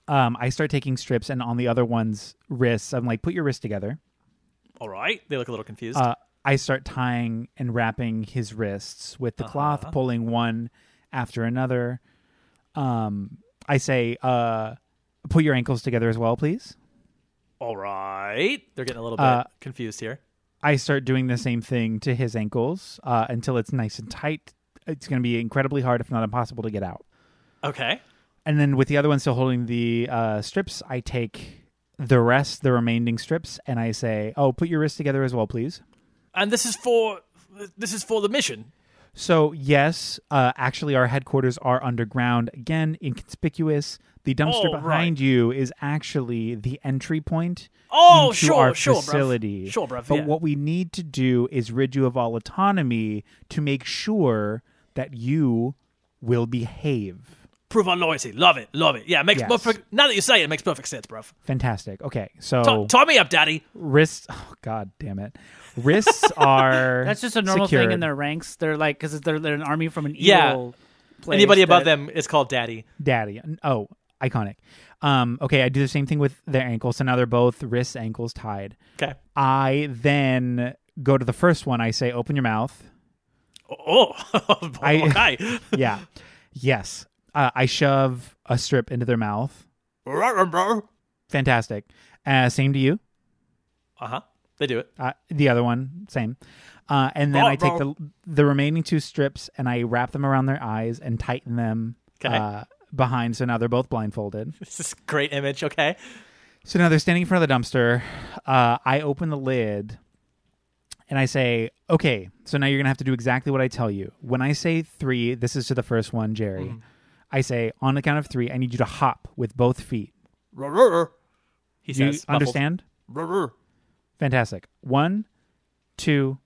[SPEAKER 4] Um, I start taking strips, and on the other one's wrists, I'm like, "Put your wrists together."
[SPEAKER 1] All right. They look a little confused.
[SPEAKER 4] uh, I start tying and wrapping his wrists with the cloth, pulling one after another. Um, I say, uh, put your ankles together as well, please.
[SPEAKER 1] All right. They're getting a little bit
[SPEAKER 4] uh,
[SPEAKER 1] confused here.
[SPEAKER 4] I start doing the same thing to his ankles uh, until it's nice and tight. It's going to be incredibly hard, if not impossible, to get out.
[SPEAKER 1] Okay.
[SPEAKER 4] And then with the other one still holding the uh, strips, I take the rest, the remaining strips, and I say, oh, put your wrists together as well, please.
[SPEAKER 1] And this is for this is for the mission.
[SPEAKER 4] So yes, uh, actually, our headquarters are underground. Again, inconspicuous. The dumpster
[SPEAKER 1] Oh, right.
[SPEAKER 4] behind you is actually the entry point
[SPEAKER 1] Oh,
[SPEAKER 4] into
[SPEAKER 1] sure,
[SPEAKER 4] our
[SPEAKER 1] sure, bruv.
[SPEAKER 4] facility.
[SPEAKER 1] Sure, bruv,
[SPEAKER 4] But
[SPEAKER 1] yeah.
[SPEAKER 4] what we need to do is rid you of all autonomy to make sure that you will behave.
[SPEAKER 1] Prove our loyalty. Love it. Love it. Yeah, it makes
[SPEAKER 4] Yes.
[SPEAKER 1] perfect. Now that you say it, it makes perfect sense, bruv.
[SPEAKER 4] Fantastic. Okay, so
[SPEAKER 1] Tie- tie me up, daddy.
[SPEAKER 4] wrists. Oh, God damn it, wrists are
[SPEAKER 6] That's just a normal thing in
[SPEAKER 4] secured.
[SPEAKER 6] their ranks. They're like because they're, they're an army from an evil.
[SPEAKER 1] Yeah.
[SPEAKER 6] Place
[SPEAKER 1] Anybody above
[SPEAKER 6] that-
[SPEAKER 1] them is called daddy.
[SPEAKER 4] Daddy. Oh, iconic. Um, okay, I do the same thing with their ankles, so now they're both wrists, ankles tied.
[SPEAKER 1] Okay.
[SPEAKER 4] I then go to the first one. I say, "Open your mouth."
[SPEAKER 1] Oh,
[SPEAKER 4] I-
[SPEAKER 1] okay.
[SPEAKER 4] Yeah. yes. Uh, I shove a strip into their mouth.
[SPEAKER 1] uh
[SPEAKER 4] Fantastic. Uh, same to you.
[SPEAKER 1] huh. Uh-huh. They do it.
[SPEAKER 4] Uh, the other one, same. Uh, and then I take the the remaining two strips and I wrap them around their eyes and tighten them
[SPEAKER 1] Okay.
[SPEAKER 4] uh, behind. So now they're both blindfolded.
[SPEAKER 1] This is a great image. Okay.
[SPEAKER 4] So now they're standing in front of the dumpster. Uh, I open the lid and I say, okay, so now you're going to have to do exactly what I tell you. When I say three, this is to the first one, Jerry.
[SPEAKER 1] Mm-hmm.
[SPEAKER 4] I say, on the count of three, I need you to hop with both feet.
[SPEAKER 1] Ruh-ruh. He
[SPEAKER 4] Do you
[SPEAKER 1] says, muffled.
[SPEAKER 4] understand?
[SPEAKER 1] Ruh-ruh.
[SPEAKER 4] Fantastic. One, two,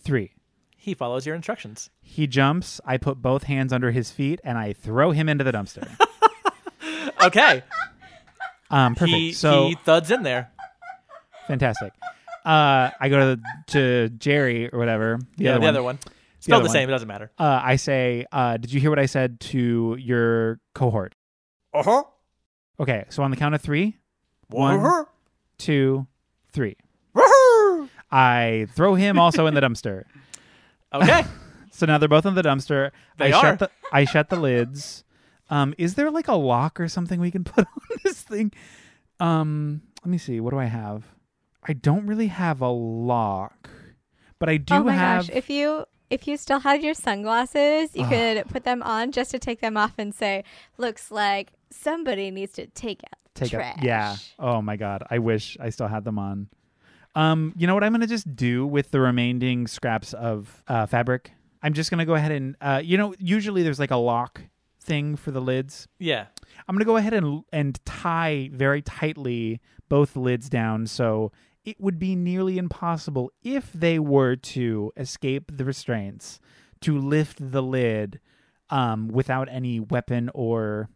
[SPEAKER 4] three.
[SPEAKER 1] He follows your instructions.
[SPEAKER 4] He jumps. I put both hands under his feet and I throw him into the dumpster.
[SPEAKER 1] Okay.
[SPEAKER 4] Um, perfect.
[SPEAKER 1] He,
[SPEAKER 4] so
[SPEAKER 1] he thuds in there.
[SPEAKER 4] fantastic. Uh, I go to to Jerry or whatever. The
[SPEAKER 1] yeah,
[SPEAKER 4] other
[SPEAKER 1] the
[SPEAKER 4] one.
[SPEAKER 1] other one. Spelled
[SPEAKER 4] other
[SPEAKER 1] the
[SPEAKER 4] one.
[SPEAKER 1] same. It doesn't matter.
[SPEAKER 4] uh, I say, uh, did you hear what I said to your cohort?
[SPEAKER 1] Uh huh.
[SPEAKER 4] Okay, so on the count of three, One.
[SPEAKER 1] One.
[SPEAKER 4] two, three,
[SPEAKER 1] Ruh-ruh.
[SPEAKER 4] I throw him also in the dumpster.
[SPEAKER 1] Okay.
[SPEAKER 4] So now they're both in the dumpster.
[SPEAKER 1] They
[SPEAKER 4] I
[SPEAKER 1] are.
[SPEAKER 4] Shut the, I shut the lids. Um, is there like a lock or something we can put on this thing? Um, let me see. What do I have? I don't really have a lock, but I do
[SPEAKER 2] oh my
[SPEAKER 4] have.
[SPEAKER 2] gosh! If you if you still had your sunglasses, you
[SPEAKER 4] Ah.
[SPEAKER 2] could put them on just to take them off and say, "Looks like somebody needs to take out the
[SPEAKER 4] take
[SPEAKER 2] trash."
[SPEAKER 4] a yeah oh my god i wish i still had them on um you know what i'm gonna just do with the remaining scraps of uh, fabric i'm just gonna go ahead and uh you know usually there's like a lock thing for the lids
[SPEAKER 1] yeah.
[SPEAKER 4] i'm gonna go ahead and and tie very tightly both lids down so it would be nearly impossible if they were to escape the restraints to lift the lid um without any weapon or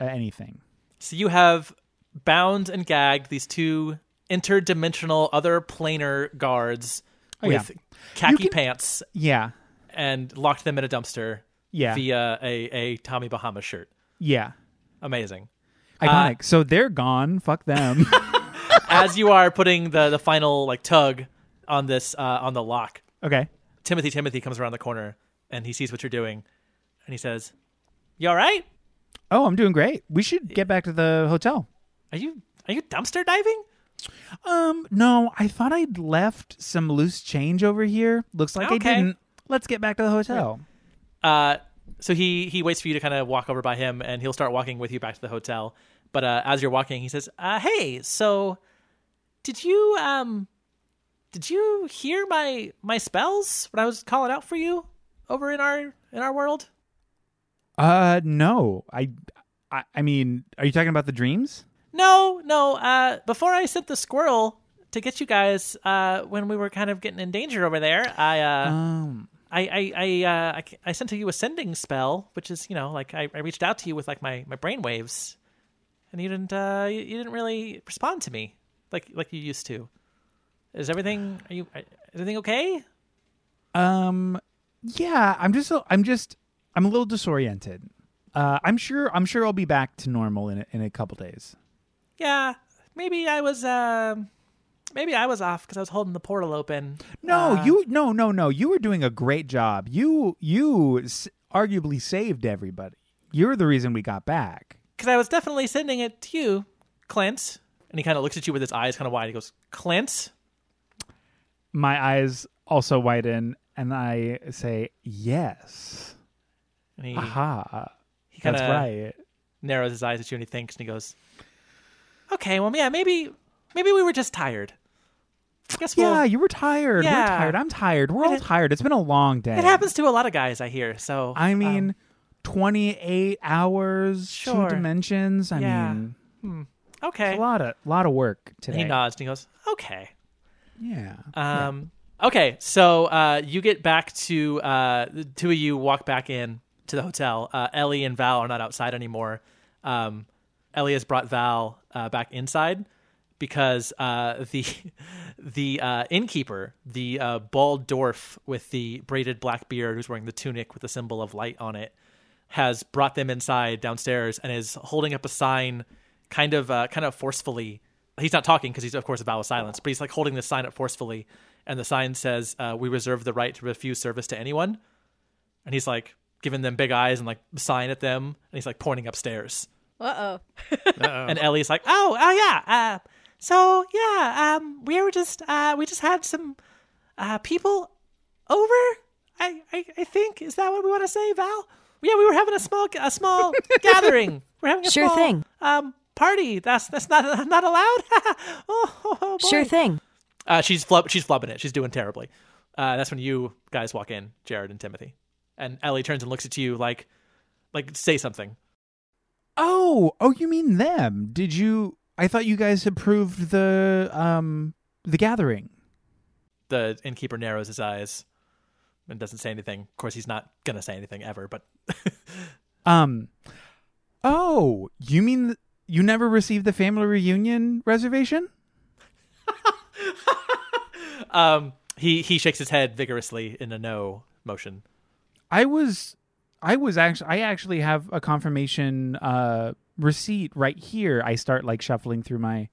[SPEAKER 4] uh, anything
[SPEAKER 1] So you have bound and gagged these two interdimensional other planar guards
[SPEAKER 4] Oh, yeah.
[SPEAKER 1] with khaki
[SPEAKER 4] can-
[SPEAKER 1] pants
[SPEAKER 4] yeah
[SPEAKER 1] and locked them in a dumpster
[SPEAKER 4] yeah
[SPEAKER 1] via a, a Tommy Bahama shirt.
[SPEAKER 4] Yeah.
[SPEAKER 1] Amazing.
[SPEAKER 4] Iconic. so they're gone. Fuck them.
[SPEAKER 1] As you are putting the, the final like tug on this uh, on the lock,
[SPEAKER 4] okay.
[SPEAKER 1] Timothy Timothy comes around the corner and he sees what you're doing and he says, You alright?
[SPEAKER 4] Oh, I'm doing great. We should get back to the hotel.
[SPEAKER 1] Are you are you dumpster diving?
[SPEAKER 4] Um, no, I thought I'd left some loose change over here. Looks like
[SPEAKER 1] Okay.
[SPEAKER 4] I didn't. Let's get back to the hotel.
[SPEAKER 1] Uh, so he he waits for you to kind of walk over by him, and he'll start walking with you back to the hotel. But uh, as you're walking, he says, uh, "Hey, so Did you um did you hear my my spells when I was calling out for you over in our in our world?
[SPEAKER 4] Uh, no. I, I, I mean, are you talking about the dreams?
[SPEAKER 1] No, no. Uh, before I sent the squirrel to get you guys, uh, when we were kind of getting in danger over there, I, uh,
[SPEAKER 4] Um,
[SPEAKER 1] I, I, I, uh, I, c- I sent to you a sending spell, which is, you know, like I, I reached out to you with like my, my brain waves, and you didn't, uh, you, you didn't really respond to me like like you used to. Is everything are you are- is everything okay?
[SPEAKER 4] um, yeah. I'm just, a- I'm just, I'm a little disoriented. Uh, I'm sure, I'm sure I'll be back to normal in a, in a couple days.
[SPEAKER 1] Yeah, maybe I was, um, maybe I was off because I was holding the portal open.
[SPEAKER 4] No,
[SPEAKER 1] Uh,
[SPEAKER 4] you, no, no, no. You were doing a great job. You, you s- arguably saved everybody. You're the reason we got back.
[SPEAKER 1] because I was definitely sending it to you, Clint. And he kind of looks at you with his eyes kind of wide. He goes, Clint?
[SPEAKER 4] My eyes also widen, and I say, yes.
[SPEAKER 1] And he,
[SPEAKER 4] Uh-huh. Aha.
[SPEAKER 1] he kind
[SPEAKER 4] That's
[SPEAKER 1] of
[SPEAKER 4] right.
[SPEAKER 1] narrows his eyes at you and he thinks and he goes, okay, well, yeah, maybe maybe we were just tired. Guess
[SPEAKER 4] Yeah,
[SPEAKER 1] we'll,
[SPEAKER 4] you were tired. We're
[SPEAKER 1] Yeah.
[SPEAKER 4] tired. I'm tired. We're all
[SPEAKER 1] it-
[SPEAKER 4] tired. It's been a long day.
[SPEAKER 1] it happens to a lot of guys, I hear. So
[SPEAKER 4] I
[SPEAKER 1] um,
[SPEAKER 4] mean, 28 hours,
[SPEAKER 1] Sure.
[SPEAKER 4] two dimensions. I
[SPEAKER 1] Yeah.
[SPEAKER 4] mean,
[SPEAKER 1] um, okay.
[SPEAKER 4] a lot of lot of work
[SPEAKER 1] And
[SPEAKER 4] today.
[SPEAKER 1] he nods and he goes, okay.
[SPEAKER 4] Yeah.
[SPEAKER 1] Um, Okay, so uh, you get back to uh, the two of you walk back in to the hotel. Uh, Ellie and Val are not outside anymore. Um, Ellie has brought Val uh, back inside because uh, the the uh, innkeeper, the uh, bald dwarf with the braided black beard, who's wearing the tunic with the symbol of light on it, has brought them inside downstairs and is holding up a sign, kind of uh, kind of forcefully. He's not talking because he's of course a vow of silence, but he's like holding this sign up forcefully, and the sign says, uh, "We reserve the right to refuse service to anyone." And he's like giving them big eyes and like sign at them, and he's like pointing upstairs.
[SPEAKER 2] Uh oh.
[SPEAKER 1] And Ellie's like, "Oh, oh yeah. Uh, so yeah, um, we were just uh, we just had some uh, people over. I, I I think is that what we want to say, Val? Yeah, we were having a small a small gathering. We're having a
[SPEAKER 5] Sure
[SPEAKER 1] small,
[SPEAKER 5] thing.
[SPEAKER 1] um party. That's that's not not allowed. oh, oh, oh, boy.
[SPEAKER 5] Sure thing.
[SPEAKER 1] Uh, she's flub- she's flubbing it. She's doing terribly. Uh, that's when you guys walk in, Jared and Timothy, and Ellie turns and looks at you like like say something.
[SPEAKER 4] Oh, oh, you mean them? Did you I thought you guys approved the um the gathering.
[SPEAKER 1] the innkeeper narrows his eyes and doesn't say anything. Of course, he's not gonna say anything ever. But
[SPEAKER 4] Um Oh, you mean th- you never received the family reunion reservation?
[SPEAKER 1] um, he he shakes his head vigorously in a no motion.
[SPEAKER 4] I was I was actually I actually have a confirmation uh receipt right here. I start like shuffling through my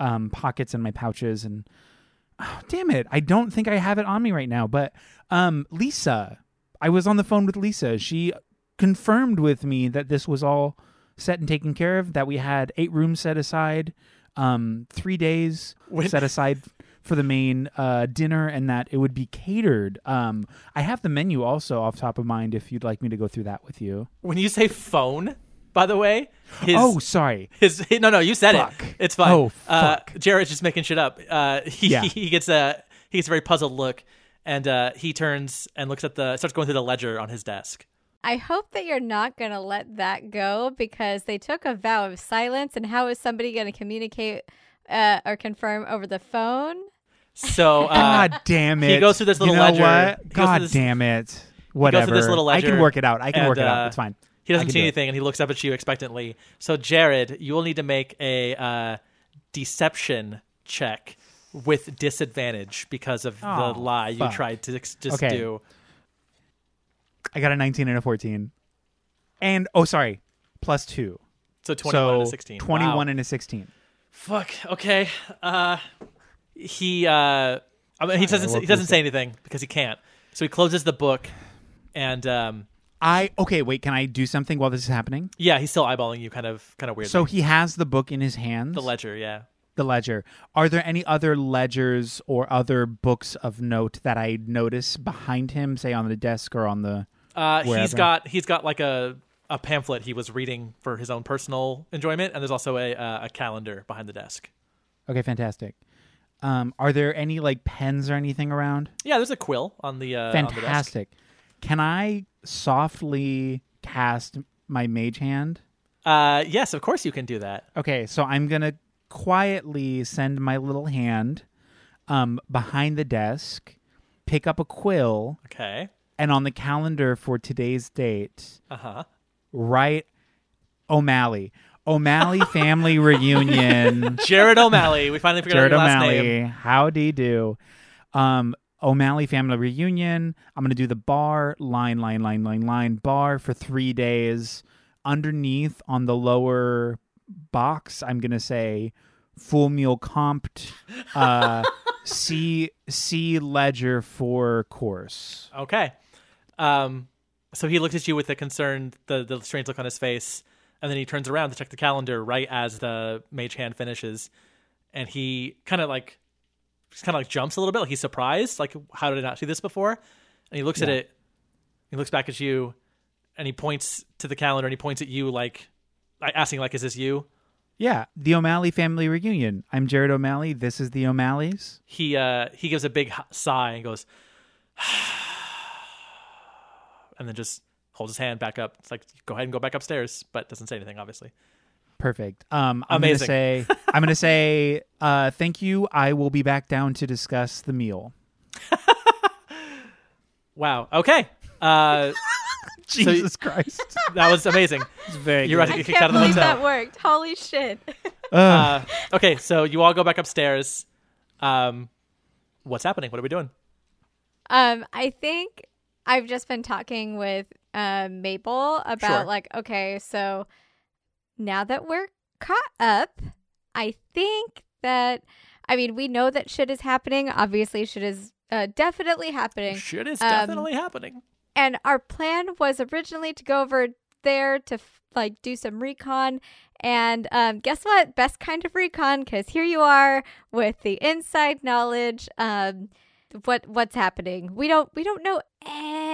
[SPEAKER 4] um pockets and my pouches and oh, damn it. I don't think I have it on me right now, but um Lisa, I was on the phone with Lisa. She confirmed with me that this was all set and taken care of, that we had 8 rooms set aside, um 3 days
[SPEAKER 1] When-
[SPEAKER 4] set aside for the main uh, dinner and that it would be catered. Um, I have the menu also off top of mind if you'd like me to go through that with you.
[SPEAKER 1] When you say phone, by the way, his
[SPEAKER 4] oh, sorry.
[SPEAKER 1] his no no you said
[SPEAKER 4] Fuck.
[SPEAKER 1] it. It's fine.
[SPEAKER 4] Oh,
[SPEAKER 1] Uh,
[SPEAKER 4] fuck.
[SPEAKER 1] Jared's just making shit up. Uh, he
[SPEAKER 4] Yeah.
[SPEAKER 1] he gets a he gets a very puzzled look. And uh, he turns and looks at the starts going through the ledger on his desk.
[SPEAKER 2] I hope that you're not going to let that go because they took a vow of silence. And how is somebody going to communicate uh, or confirm over the phone?
[SPEAKER 1] So uh,
[SPEAKER 4] God damn it.
[SPEAKER 1] he goes through this little
[SPEAKER 4] you know
[SPEAKER 1] ledger. He
[SPEAKER 4] What?
[SPEAKER 1] goes
[SPEAKER 4] God
[SPEAKER 1] through this-
[SPEAKER 4] damn it. Whatever.
[SPEAKER 1] this little
[SPEAKER 4] I
[SPEAKER 1] ledger
[SPEAKER 4] can work it out. I can
[SPEAKER 1] and,
[SPEAKER 4] work it
[SPEAKER 1] uh,
[SPEAKER 4] out. It's fine.
[SPEAKER 1] He
[SPEAKER 4] I
[SPEAKER 1] doesn't
[SPEAKER 4] can
[SPEAKER 1] see
[SPEAKER 4] do it.
[SPEAKER 1] anything, and he looks up at you expectantly. So, Jared, you will need to make a uh, deception check with disadvantage because of
[SPEAKER 4] Oh,
[SPEAKER 1] the lie
[SPEAKER 4] fuck.
[SPEAKER 1] you tried to ex- just
[SPEAKER 4] Okay.
[SPEAKER 1] do.
[SPEAKER 4] I got a 19 and a 14. And, oh, sorry, plus two.
[SPEAKER 1] So, twenty-one
[SPEAKER 4] so
[SPEAKER 1] and a sixteen.
[SPEAKER 4] 21
[SPEAKER 1] Wow.
[SPEAKER 4] and a 16.
[SPEAKER 1] fuck. Okay. Uh, he. Uh, I mean, he doesn't.
[SPEAKER 4] I will
[SPEAKER 1] He doesn't say anything because he can't. So he closes the book, and um,
[SPEAKER 4] I, okay, wait, can I do something while this is happening?
[SPEAKER 1] yeah, he's still eyeballing you, kind of, kind of weirdly.
[SPEAKER 4] So he has the book in his hands.
[SPEAKER 1] the ledger, yeah.
[SPEAKER 4] the ledger. Are there any other ledgers or other books of note that I notice behind him, say on the desk or on the?
[SPEAKER 1] Uh, he's
[SPEAKER 4] wherever.
[SPEAKER 1] got he's got like a a pamphlet he was reading for his own personal enjoyment, and there's also a uh, a calendar behind the desk.
[SPEAKER 4] Okay, fantastic. Um, are there any like pens or anything around?
[SPEAKER 1] Yeah, there's a quill on the uh, on the desk.
[SPEAKER 4] Fantastic. Can I softly cast my mage hand?
[SPEAKER 1] Uh, yes, of course you can do that.
[SPEAKER 4] Okay, so I'm gonna quietly send my little hand um, behind the desk, pick up a quill,
[SPEAKER 1] Okay.
[SPEAKER 4] and on the calendar for today's date,
[SPEAKER 1] Uh huh.
[SPEAKER 4] write O'Malley, O'Malley family reunion.
[SPEAKER 1] Jared O'Malley. We finally figured
[SPEAKER 4] Jared
[SPEAKER 1] out your last
[SPEAKER 4] O'Malley,
[SPEAKER 1] name.
[SPEAKER 4] howdy do. Um, O'Malley family reunion. I'm gonna do the bar line, line, line, line, line bar for three days. Underneath on the lower box, I'm gonna say full meal comped. Uh, C C ledger for course.
[SPEAKER 1] Okay. Um, so he looks at you with the concern, the the strange look on his face, and then he turns around to check the calendar right as the mage hand finishes, and he kind of like, just kind of like jumps a little bit. He's surprised, like how did I not see this before? And he looks at it, he looks back at you, and he points to the calendar and he points at you like, like asking like, is this you?
[SPEAKER 4] Yeah, the O'Malley family reunion. I'm Jared O'Malley. This is the O'Malleys.
[SPEAKER 1] he uh he gives a big h- sigh and goes and then just holds his hand back up it's like go ahead and go back upstairs but doesn't say anything obviously
[SPEAKER 4] Perfect. Um, I'm gonna
[SPEAKER 1] Amazing.
[SPEAKER 4] say I'm gonna say uh, thank you. I will be back down to discuss the meal.
[SPEAKER 1] wow okay uh
[SPEAKER 4] Jesus Christ.
[SPEAKER 1] that was amazing
[SPEAKER 6] It's very
[SPEAKER 1] you're about to
[SPEAKER 2] I
[SPEAKER 1] get kicked out
[SPEAKER 2] can't
[SPEAKER 1] of the
[SPEAKER 2] believe
[SPEAKER 1] hotel
[SPEAKER 2] that worked. Holy shit.
[SPEAKER 4] Ugh.
[SPEAKER 1] uh, okay so you all go back upstairs um what's happening what are we doing
[SPEAKER 2] Um, I think I've just been talking with uh, Maple about
[SPEAKER 1] Sure.
[SPEAKER 2] like, okay, so now that we're caught up, I think that I mean we know that shit is happening. Obviously, shit is uh, definitely happening,
[SPEAKER 1] shit is
[SPEAKER 2] Um,
[SPEAKER 1] definitely happening
[SPEAKER 2] and our plan was originally to go over there to f- like do some recon. And um, guess what? Best kind of recon, because here you are with the inside knowledge. Um, what what's happening? We don't we don't know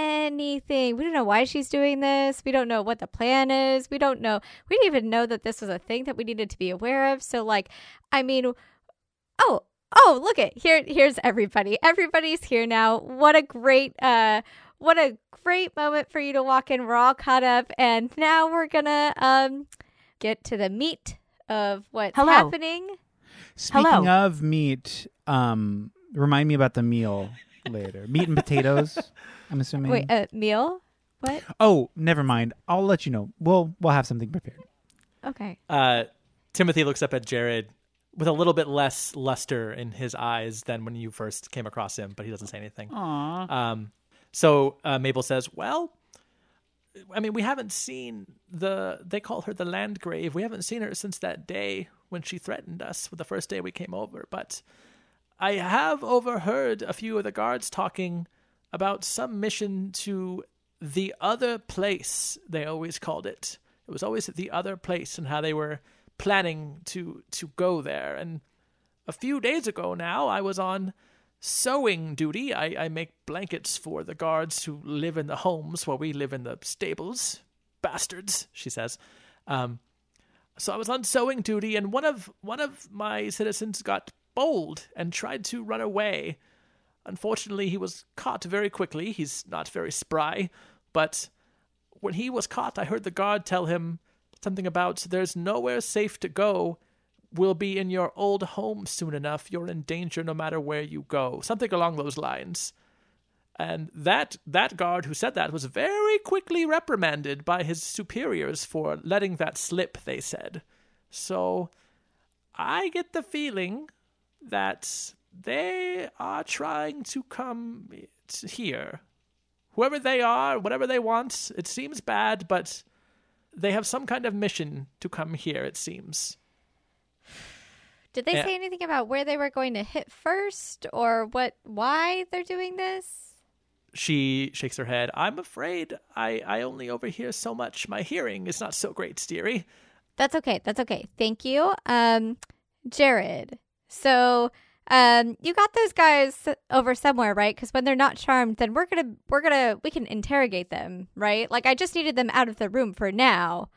[SPEAKER 2] anything. We don't know why she's doing this. We don't know what the plan is. We don't know. We didn't even know that this was a thing that we needed to be aware of. So like, I mean, oh oh look at here here's everybody. Everybody's here now. What a great uh what a great moment for you to walk in. We're all caught up and now we're gonna um get to the meat of what's
[SPEAKER 5] Hello.
[SPEAKER 2] happening.
[SPEAKER 4] Speaking
[SPEAKER 5] hello.
[SPEAKER 4] of meat, um, remind me about the meal later. Meat and potatoes. I'm assuming.
[SPEAKER 2] Wait, a meal? What?
[SPEAKER 4] oh, never mind. I'll let you know. We'll we'll have something prepared.
[SPEAKER 2] Okay.
[SPEAKER 1] uh timothy looks up at jared with a little bit less luster in his eyes than when you first came across him but he doesn't say anything
[SPEAKER 6] Aw.
[SPEAKER 1] Um, so uh, Mabel says, "Well, I mean, we haven't seen the. They call her the Landgrave. We haven't seen her since that day when she threatened us with the first day we came over. But I have overheard a few of the guards talking about some mission to the other place. They always called it. It was always the other place, and how they were planning to to go there. And a few days ago now, I was on." sewing duty. I, I make blankets for the guards who live in the homes while we live in the stables. Bastards, she says. Um, so I was on sewing duty, and one of one of my citizens got bold and tried to run away. Unfortunately, he was caught very quickly. He's not very spry, but when he was caught, I heard the guard tell him something about there's nowhere safe to go. We'll be in your old home soon enough. You're in danger no matter where you go. Something along those lines. And that that guard who said that was very quickly reprimanded by his superiors for letting that slip, they said. So I get the feeling that they are trying to come t- here whoever they are, whatever they want, it seems bad, but they have some kind of mission to come here, it seems.
[SPEAKER 2] Did they
[SPEAKER 1] Yeah.
[SPEAKER 2] say anything about where they were going to hit first or what why they're doing this?
[SPEAKER 1] She shakes her head. I'm afraid I, I only overhear so much. My hearing is not so great, dearie.
[SPEAKER 2] That's okay. That's okay. Thank you. Um Jared. So um you got those guys over somewhere, right? Cuz when they're not charmed, then we're going to we're going to we can interrogate them, right? Like I just needed them out of the room for now.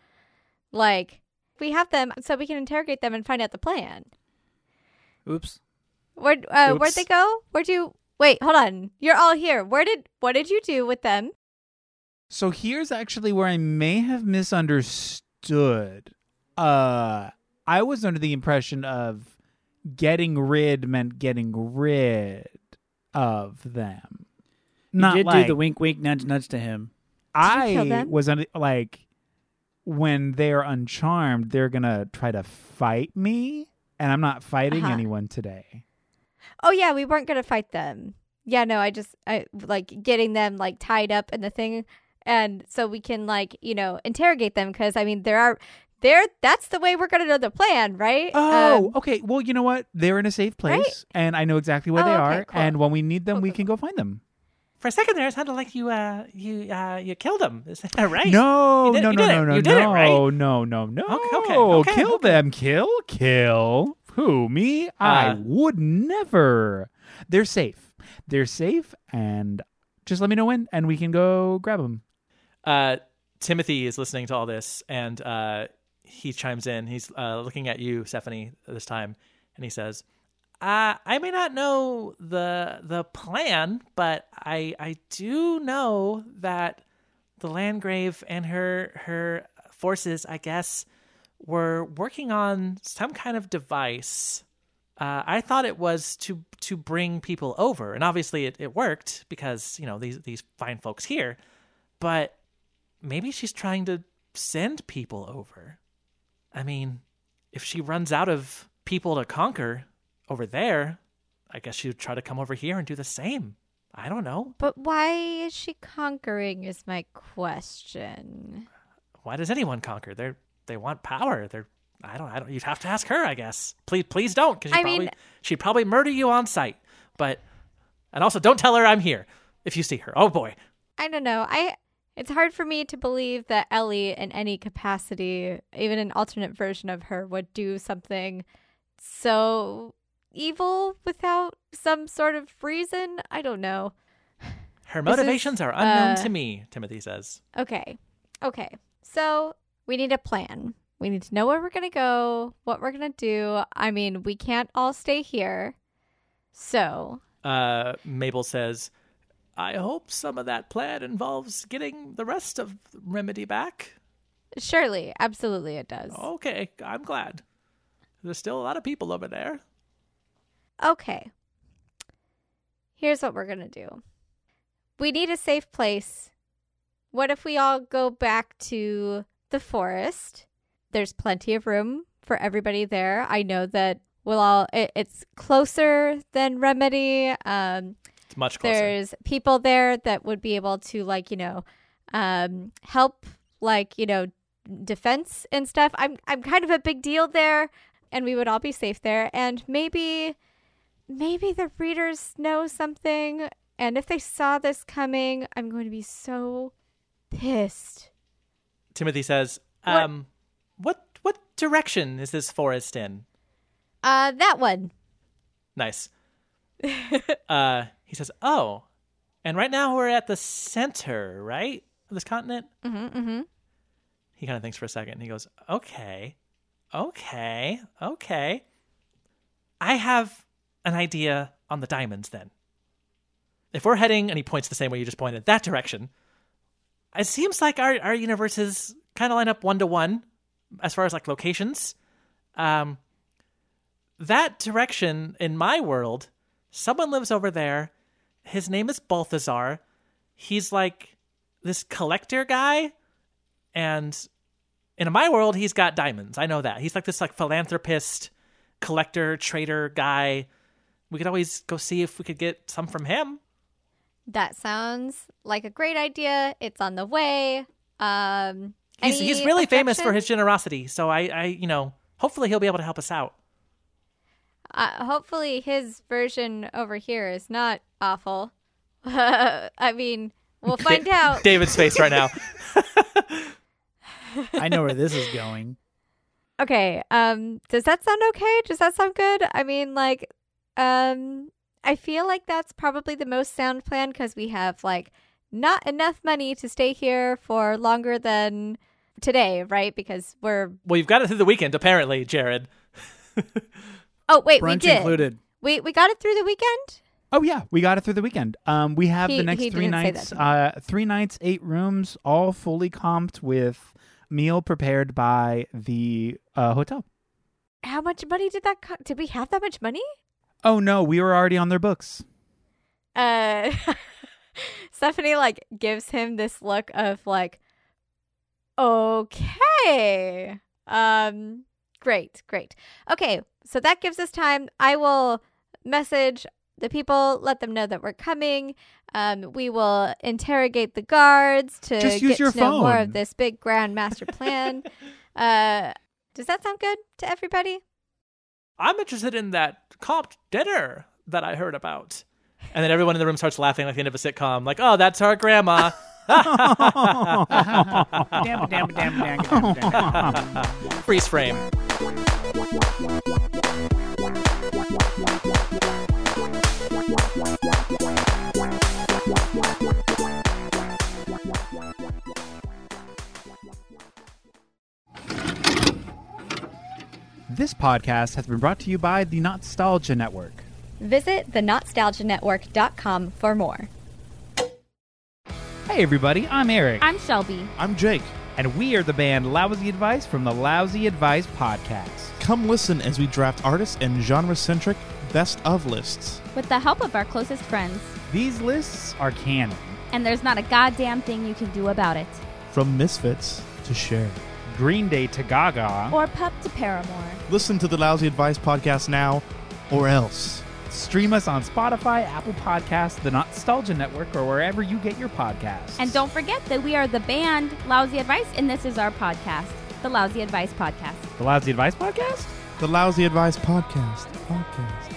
[SPEAKER 2] Like we have them so we can interrogate them and find out the plan.
[SPEAKER 6] Oops.
[SPEAKER 2] Where uh, where'd
[SPEAKER 3] Oops.
[SPEAKER 2] they go? Where'd you? Wait, hold on. You're all here. Where did? What did you do with them?
[SPEAKER 4] So here's actually where I may have misunderstood. Uh I was under the impression of getting rid meant getting rid of them. Not
[SPEAKER 6] you did
[SPEAKER 4] like
[SPEAKER 6] do the wink, wink, nudge, nudge to him.
[SPEAKER 2] Did you kill
[SPEAKER 4] I
[SPEAKER 2] them?
[SPEAKER 4] was under like when they're uncharmed, they're gonna try to fight me, and I'm not fighting
[SPEAKER 2] Uh-huh.
[SPEAKER 4] anyone today.
[SPEAKER 2] Oh yeah, we weren't gonna fight them. Yeah, no, I just I like getting them like tied up in the thing, and so we can like you know interrogate them because I mean there are there that's the way we're gonna know the plan, right?
[SPEAKER 4] Oh,
[SPEAKER 2] Um,
[SPEAKER 4] okay. Well, you know what? They're in a safe place,
[SPEAKER 2] Right?
[SPEAKER 4] and I know exactly where
[SPEAKER 2] Oh,
[SPEAKER 4] they
[SPEAKER 2] okay,
[SPEAKER 4] are.
[SPEAKER 2] cool.
[SPEAKER 4] And when we need them,
[SPEAKER 2] Cool,
[SPEAKER 4] we
[SPEAKER 2] cool,
[SPEAKER 4] can go find them.
[SPEAKER 1] For a second there, it sounded like you uh you uh you killed him. Is that right?
[SPEAKER 4] No,
[SPEAKER 1] You did-
[SPEAKER 4] no,
[SPEAKER 1] you
[SPEAKER 4] no,
[SPEAKER 1] did
[SPEAKER 4] no,
[SPEAKER 1] it.
[SPEAKER 4] no,
[SPEAKER 1] You did it,
[SPEAKER 4] no,
[SPEAKER 1] right?
[SPEAKER 4] no, no, no.
[SPEAKER 1] Okay, okay, okay,
[SPEAKER 4] kill
[SPEAKER 1] okay.
[SPEAKER 4] them. Kill, kill. Who me? I
[SPEAKER 1] Uh,
[SPEAKER 4] would never. They're safe. They're safe, and just let me know when, and we can go grab them.
[SPEAKER 1] Uh, Timothy is listening to all this, and uh, he chimes in. He's uh, looking at you, Stephanie, this time, and he says, uh, "I may not know the the plan, but I I do know that the Landgrave and her her forces, I guess, were working on some kind of device." Uh, I thought it was to to bring people over, and obviously it, it worked because you know these these fine folks here. But maybe she's trying to send people over. I mean, if she runs out of people to conquer over there, I guess she'd try to come over here and do the same. I don't know.
[SPEAKER 2] But why is she conquering? Is my question.
[SPEAKER 1] Why does anyone conquer? They're they want power. They're I don't I don't you'd have to ask her, I guess. Please please don't cuz she
[SPEAKER 2] I
[SPEAKER 1] probably
[SPEAKER 2] mean-
[SPEAKER 1] she'd probably murder you on sight. But and also don't tell her I'm here if you see her. Oh boy.
[SPEAKER 2] I don't know. I it's hard for me to believe that Ellie in any capacity, even an alternate version of her, would do something so evil without some sort of reason. I don't know.
[SPEAKER 1] Her
[SPEAKER 2] This is,
[SPEAKER 1] motivations are unknown
[SPEAKER 2] uh,
[SPEAKER 1] to me, Timothy says.
[SPEAKER 2] Okay. Okay. So we need a plan. We need to know where we're going to go, what we're going to do. I mean, we can't all stay here. So,
[SPEAKER 1] uh, Mabel says, I hope some of that plan involves getting the rest of Remedy back.
[SPEAKER 2] surely, absolutely it does.
[SPEAKER 1] Okay, I'm glad. There's still a lot of people over there.
[SPEAKER 2] Okay. Here's what we're going to do we need a safe place. What if we all go back to the forest? There's plenty of room for everybody there. I know that we'll all, it, it's closer than Remedy. Um,
[SPEAKER 1] It's much closer.
[SPEAKER 2] there's people there that would be able to like you know um help like you know defense and stuff i'm i'm kind of a big deal there and we would all be safe there and maybe maybe the readers know something and if they saw this coming i'm going to be so pissed
[SPEAKER 1] Timothy says,
[SPEAKER 2] What-
[SPEAKER 1] um, what? what direction is this forest in?
[SPEAKER 2] uh that one
[SPEAKER 1] Nice. uh, he says, oh, and right now we're at the center, right, of this continent?
[SPEAKER 2] mm-hmm, mm-hmm.
[SPEAKER 1] He kind of thinks for a second. And he goes, "Okay, okay, okay. I have an idea on the diamonds. Then, if we're heading, and he points the same way you just pointed, that direction. It seems like our our universes kind of line up one to one as far as like locations. Um, that direction in my world, someone lives over there. His name is Balthazar. He's like this collector guy and in my world he's got diamonds i know that he's like this like philanthropist collector trader guy we could always go see if we could get some from him
[SPEAKER 2] that sounds like a great idea it's on the way um
[SPEAKER 1] he's,
[SPEAKER 2] any
[SPEAKER 1] he's really famous for
[SPEAKER 2] objection?
[SPEAKER 1] his generosity so i i you know hopefully he'll be able to help us out
[SPEAKER 2] Uh, hopefully, his version over here is not awful. I mean, we'll find out.
[SPEAKER 1] david's face right now
[SPEAKER 6] I know where this is going.
[SPEAKER 2] Okay. Um, does that sound okay? Does that sound good? I mean, like, um, I feel like that's probably the most sound plan because we have like not enough money to stay here for longer than today, right? Because we're
[SPEAKER 1] well you've got it through the weekend apparently jared
[SPEAKER 2] oh wait, we
[SPEAKER 6] Brunch
[SPEAKER 2] did
[SPEAKER 6] included.
[SPEAKER 2] We we got it through the weekend.
[SPEAKER 4] Oh yeah, we got it through the weekend. Um, we have
[SPEAKER 2] He-
[SPEAKER 4] the next
[SPEAKER 2] he
[SPEAKER 4] three
[SPEAKER 2] didn't say
[SPEAKER 4] nights,
[SPEAKER 2] that.
[SPEAKER 4] uh, three nights, eight rooms, all fully comped with meal prepared by the uh, hotel.
[SPEAKER 2] How much money did that? Co- did we have that much money?
[SPEAKER 4] Oh no, we were already on their books.
[SPEAKER 2] Uh, Stephanie like gives him this look of like, okay, um, great, great. Okay, so that gives us time. I will message the people, let them know that we're coming. Um, we will interrogate the guards to
[SPEAKER 4] Just use
[SPEAKER 2] get
[SPEAKER 4] your
[SPEAKER 2] to know more
[SPEAKER 4] phone.
[SPEAKER 2] of this big grand master plan. uh, does that sound good to everybody?
[SPEAKER 3] I'm interested in that comp dinner that I heard about. And then everyone in the room starts laughing like the end of a sitcom, like, oh, that's our grandma.
[SPEAKER 6] Damn, damn, damn, damn, damn, damn.
[SPEAKER 3] Freeze frame.
[SPEAKER 4] This podcast has been brought to you by the Nostalgia Network.
[SPEAKER 2] Visit the nostalgianetwork.com for more.
[SPEAKER 4] Hey everybody, I'm Eric.
[SPEAKER 2] I'm Shelby.
[SPEAKER 7] I'm Jake.
[SPEAKER 4] and we are the band Lousy Advice from the Lousy Advice Podcast.
[SPEAKER 7] Come listen as we draft artist and genre centric best of lists.
[SPEAKER 8] with the help of our closest friends,
[SPEAKER 4] These lists are canon.
[SPEAKER 8] and there's not a goddamn thing you can do about it.
[SPEAKER 7] From Misfits to Share.
[SPEAKER 4] Green Day to Gaga.
[SPEAKER 8] Or pup to Paramore.
[SPEAKER 7] Listen to the Lousy Advice podcast now or else.
[SPEAKER 4] Stream us on Spotify, Apple Podcasts, the Nostalgia Network, or wherever you get your podcasts.
[SPEAKER 8] And don't forget that we are the band Lousy Advice, and this is our podcast, the Lousy Advice Podcast.
[SPEAKER 4] the Lousy Advice Podcast?
[SPEAKER 7] The Lousy Advice podcast. Podcast.